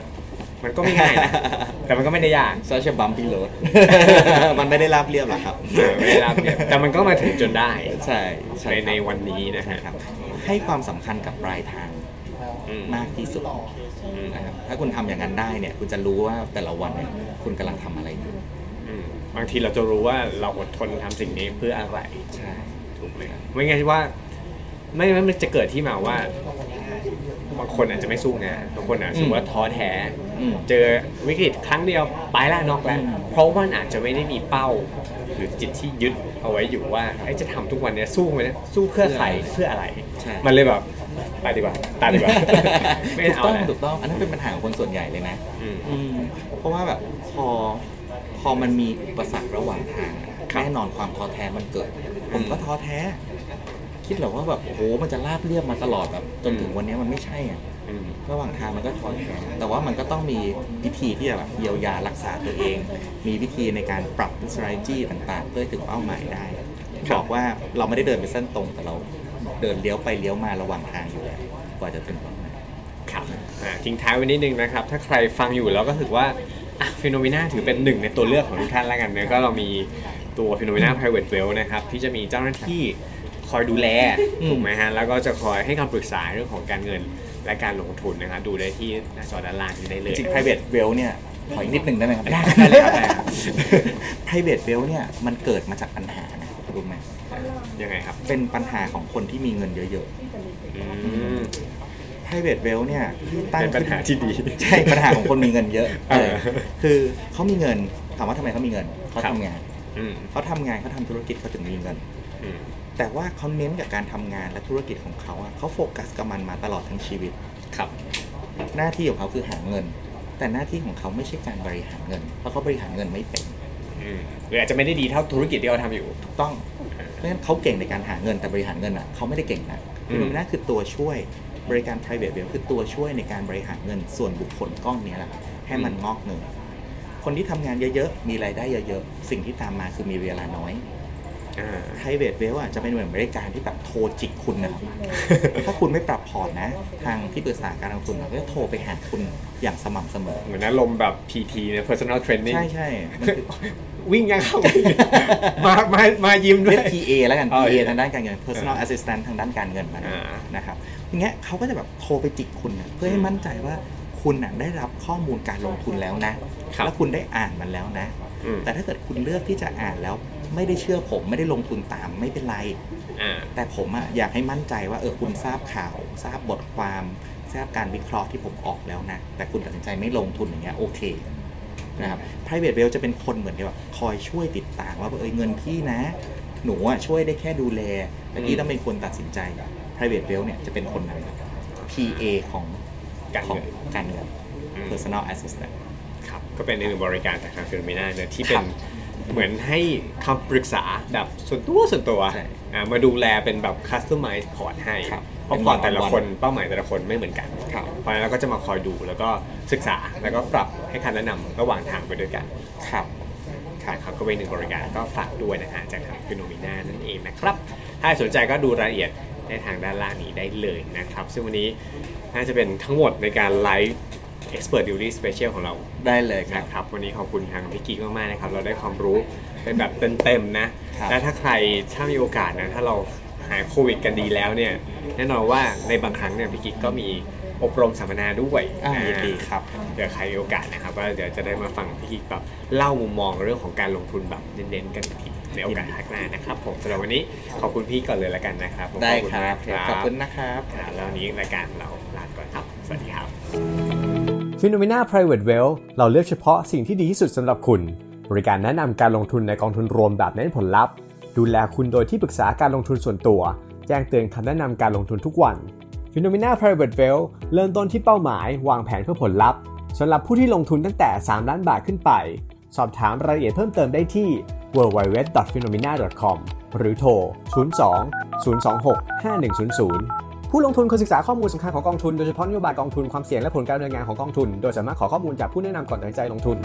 [SPEAKER 3] มันก็ไม่ง่าย นะ แต่มันก็ไม่ได้ยาก
[SPEAKER 4] ซาชบัมพิโรด มันไม่ได้ราบเรียบหรอกครับ
[SPEAKER 3] เออไม่ได้รับเนี่ยแต่มันก็มาถึงจนได้
[SPEAKER 4] ใช่ใช่
[SPEAKER 3] ใน
[SPEAKER 4] ครับ
[SPEAKER 3] ในวันนี้นะฮะ
[SPEAKER 4] นะครับ ให้ความสำคัญกับปลายทาง
[SPEAKER 3] อืม
[SPEAKER 4] มากที่สุด
[SPEAKER 3] อืม
[SPEAKER 4] นะครับถ้าคุณทำอย่างนั้นได้เนี่ย คุณจะรู้ว่าแต่ละวันเนี่ยคุณกำลังทำอะไรอยู่
[SPEAKER 3] อืมบางทีเราจะรู้ว่าเราอดทนทำสิ่งนี้เพื่ออะไร
[SPEAKER 4] ใช่
[SPEAKER 3] ถูกไหมครับไม่งั้นว่า ไม่งั้นมันจะเกิดที่มาว่า บางคนอาจจะไม่สู้งาน บางคนอาจจะรู้สึกว่าท้อแท้
[SPEAKER 4] อืม
[SPEAKER 3] เจอวิกฤตครั้งเดียวไปละนอกแล้ว
[SPEAKER 4] อืม
[SPEAKER 3] เพราะว่ามันอาจจะไม่ได้มีเป้า รือจิตที่ยึดเอาไว้อยู่ว่าไอ้จะทำทุกวันเนี้ยสู้ไหมเนี่ยสู้เพื่อใครเพื่ออะไร
[SPEAKER 4] ใช่
[SPEAKER 3] มันเลยแบบตายดีกว่าตายดีกว่าไม่
[SPEAKER 4] ถูก
[SPEAKER 3] เอา
[SPEAKER 4] ต้อง
[SPEAKER 3] แล้ว
[SPEAKER 4] ถูกต้องอันนั้นเป็นปัญหาของคนส่วนใหญ่เลยนะ
[SPEAKER 3] อืม
[SPEAKER 4] อืมเพราะว่าแบบพอพอมันมีอุปสรรคระหว่างทางอะ
[SPEAKER 3] ครับ
[SPEAKER 4] แน่นอนความท้อแท้มันเกิด
[SPEAKER 3] ม
[SPEAKER 4] ผมก็ท้อแท้ คิดเหรอว่าแบบโอ้โหมันจะราบเรียบมาตลอดแบบจนถึง
[SPEAKER 3] อืม
[SPEAKER 4] วันนี้มันไม่ใช่อะ
[SPEAKER 3] อืม
[SPEAKER 4] ระหว่างทางมันก็ท้อแท้แต่ว่ามันก็ต้องมีวิธีที่จะแบบเยียวยารักษาตัวเอง มีวิธีในการปรับ strategy ต่างๆ เพื่อให้ถึงเป้าหมายได้
[SPEAKER 3] ครับ
[SPEAKER 4] บอกว่าเราไม่ได้เดินเป็นเส้นตรงแต่เราเดินเลี้ยวไปเลี้ยวมาระหว่างทางอยู่แล้วกว่าจะถึงเป้าหมาย
[SPEAKER 3] ครับอ่าทิ้งท้ายไว้นิดนึงนะครับ ถ้าใครฟังอยู่แล้วก็ถือว่าฟิโนเมนาถือเป็นหนึ่งในตัวเลือกของทุกท่านแล้วกันเนะก็เรามีตัวฟิโนเมนา private well นะครับ ที่จะมีเจ้าหน้าที่คอยดูแล
[SPEAKER 4] อืม
[SPEAKER 3] ถูกไหมฮะ แล้วก็จะคอยให้คำปรึกษาเรื่องของการเงินและการลงทุนนะครับ ดูได้ที่หน้าจอด้านล่างนี้ได้เลย
[SPEAKER 4] จริง private well เนี่ย ขออีกนิดหนึ่งได้ไหมครับ
[SPEAKER 3] ได้ได้เลยครับได้ครับ
[SPEAKER 4] private well เนี่ย มันเกิดมาจากปัญหานะรู้ไหม
[SPEAKER 3] ยังไงครับ
[SPEAKER 4] เป็นปัญหาของคนที่มีเงินเยอะ
[SPEAKER 3] อืม
[SPEAKER 4] ๆ private well เนี่ยตั้ง
[SPEAKER 3] เป็นปัญหาที่ดี
[SPEAKER 4] ใช่ปัญหาของคนมีเงินเยอะ
[SPEAKER 3] เออ
[SPEAKER 4] เออคือเขามีเงิน ถามว่าทำไมเขามีเงินเขา
[SPEAKER 3] ครับ
[SPEAKER 4] ทำงาน
[SPEAKER 3] อืม
[SPEAKER 4] เขาทำงานเขาทำธุรกิจเขาถึงมีเงิน
[SPEAKER 3] อืม
[SPEAKER 4] แต่ว่าเขาเน้นกับการทำงานและธุรกิจของเขาอะเขาโฟกัสกับมันมาตลอดทั้งชีวิต
[SPEAKER 3] ครับ
[SPEAKER 4] หน้าที่ของเขาคือหาเงิน แต่หน้าที่ของเขาไม่ใช่การบริหารเงิน เพราะเขาบริหารเงินไม่เป็น
[SPEAKER 3] อืมหรืออาจจะไม่ได้ดีเท่าธุรกิจที่เราทำอยู่
[SPEAKER 4] ถูกต้อง เพราะฉะนั้นเขาเก่งในการหาเงินแต่บริหารเงินอ่ะเขาไม่ได้เก่งนะ
[SPEAKER 3] อื
[SPEAKER 4] คือ
[SPEAKER 3] ม
[SPEAKER 4] มันน่าคือตัวช่วยบริการ private wealth คือตัวช่วยในการบริหารเงินส่วนบุคคลกล้องเนี้ยแหละครับให้มันงอกเงิน คนที่ทำงานเยอะๆ มีรายได้เยอะๆ สิ่งที่ตามมาคือมีเวลาน้อย
[SPEAKER 3] อ่า
[SPEAKER 4] private wealth อ่ะจะเป็นเหมือนบริการที่แบบโทรจิกคุณ นะครับ ถ้าคุณไม่ปรับพอร์ตนะ ทางที่ปรึกษาการลงทุนเราก็จะโทรไปหาคุณอย่างสม่ำเสมอ
[SPEAKER 3] เหมือนอารมณ์แบบ PT นะ personal training
[SPEAKER 4] ใช่ใช่ๆมันคือ
[SPEAKER 3] วิ่งยังเข้า มามามายิ้มด้ว
[SPEAKER 4] เรี
[SPEAKER 3] ย
[SPEAKER 4] ยก PA แล้วกัน
[SPEAKER 3] อ๋อ
[SPEAKER 4] PA
[SPEAKER 3] โอเค
[SPEAKER 4] ทางด้านการเงิน personal
[SPEAKER 3] อ่า
[SPEAKER 4] assistant ทางด้านการเงินมัน
[SPEAKER 3] อ่า
[SPEAKER 4] นะครับทีเงี้ยเขาก็จะแบบโทรไปจิกคุณนะเพื่อให้มั่นใจว่าคุณน่ะได้รับข้อมูลการลงทุนแล้วนะ
[SPEAKER 3] ครับ
[SPEAKER 4] แล้วคุณได้อ่านมันแล้วนะ
[SPEAKER 3] อืม
[SPEAKER 4] แต่ถ้าเกิดคุณเลือกที่จะอ่านแล้ว ไม่ได้เชื่อผมไม่ได้ลงทุนตามไม่เป็นไร
[SPEAKER 3] อ่า
[SPEAKER 4] แต่ผมอะอยากให้มั่นใจว่าเออคุณทราบข่าว ทราบบทความทราบการวิเคราะห์ที่ผมออกแล้วนะ แต่คุณตัดสินใจไม่ลงทุนอย่างเงี้ยโอเคนะครับ private wealth จะเป็นคนเหมือนกับแบบคอยช่วยติดตามว่าเออเงินพี่นะ หนูอะช่วยได้แค่ดูแลแต่พี่
[SPEAKER 3] อืม
[SPEAKER 4] ต้องเป็นคนตัดสินใจ private wealth เนี่ยจะเป็นคนนั้น PA ของ
[SPEAKER 3] การเงิน
[SPEAKER 4] ของการเงิน
[SPEAKER 3] อืม
[SPEAKER 4] personal assistant
[SPEAKER 3] ครับก็เป็นอีกหนึ่งบริการจากทางฟิโนเมนาเนอะที่
[SPEAKER 4] ค
[SPEAKER 3] เป็
[SPEAKER 4] รั
[SPEAKER 3] น
[SPEAKER 4] บ
[SPEAKER 3] เหมือนให้คำปรึกษาแบบส่วนตัวส่วนตัว
[SPEAKER 4] ใช่
[SPEAKER 3] อ่ามาดูแลเป็นแบบ customize พอร์ตให้
[SPEAKER 4] ครับ
[SPEAKER 3] เพราะพอร์ต
[SPEAKER 4] เป็น
[SPEAKER 3] แต่ละ
[SPEAKER 4] one on
[SPEAKER 3] คน เป้าหมายแต่ละคนไม่เหมือนกัน
[SPEAKER 4] ครับ
[SPEAKER 3] เพราะฉะนั้นเราก็จะมาคอยดูแล้วก็ศึกษาแล้วก็ปรับให้คำแนะนำระหว่างทางไปด้วยกัน
[SPEAKER 4] ครับ
[SPEAKER 3] ครับครับก็เป็นหนึ่งบริการก็ฝากด้วยนะฮะจากทางฟิโนมิน่านั่นเองนะครับ ถ้าสนใจก็ดูรายละเอียดได้ทางด้านล่างนี้ได้เลยนะครับ ซึ่งวันนี้น่าจะเป็นทั้งหมดในการไลฟ์ Expert Duty Special ของเรา
[SPEAKER 4] ได้เลยครับ
[SPEAKER 3] นะครับ วันนี้ขอบคุณทางพี่กิ๊กมากๆนะครับ เราได้ความรู้เป็นแบบเต็มๆนะ
[SPEAKER 4] ครับ
[SPEAKER 3] และถ้าใครถ้ามีโอกาสนะ ถ้าเราหายโควิดกันดีแล้วเนี่ย แน่นอนว่าในบางครั้งเนี่ยพี่กิ๊กก็มีอบรมสัมมนาด้วย
[SPEAKER 4] อ่า
[SPEAKER 3] อ่า
[SPEAKER 4] ยินดีครับ
[SPEAKER 3] เดี๋ยวใครมีโอกาสนะครับก็เดี๋ยวจะได้มาฟังพี่กิ๊กแบบเล่ามุมมองเรื่องของการลงทุนแบบเน้นๆกันอีกทีในโอกาสข้างหน้านะครับ ผมสำหรับวันนี้ขอบคุณพี่ก่อนเลยละกันนะครับผม
[SPEAKER 4] ได้
[SPEAKER 3] ขอบ
[SPEAKER 4] ค
[SPEAKER 3] ณ
[SPEAKER 4] รั
[SPEAKER 3] มา
[SPEAKER 4] บ
[SPEAKER 3] กครับ
[SPEAKER 4] ขอบคุณนะครับ
[SPEAKER 3] ครับแล้ววันนี้รายการเราลาก่อนครับ สวัสดีครับ
[SPEAKER 1] f i n o m e n a Private Wealth เราเลือกเฉพาะสิ่งที่ดีที่สุดสำหรับคุณ บริการแนะนำการลงทุนในกองทุนรวมแบบเน้นผลลัพธ์ ดูแลคุณโดยที่ปรึกษาการลงทุนส่วนตัว แจ้งเตือนคำแนะนำการลงทุนทุกวัน f i n o m e n a Private Wealth เริ่มต้นที่เป้าหมาย วางแผนเพื่อผลลัพธ์สำหรับผู้ที่ลงทุนตั้งแต่ 3 ล้านบาทขึ้นไป สอบถามรายละเอียดเพิ่มเติมได้ที่ www.phenomena.com หรือโทร 02 026 5100 ผู้ลงทุนควรศึกษาข้อมูลสำคัญของกองทุน โดยเฉพาะนโยบายกองทุนความเสี่ยงและผลการดำเนินงานของกองทุน โดยสามารถขอข้อมูลจากผู้แนะนำก่อนตัดสินใจลงทุน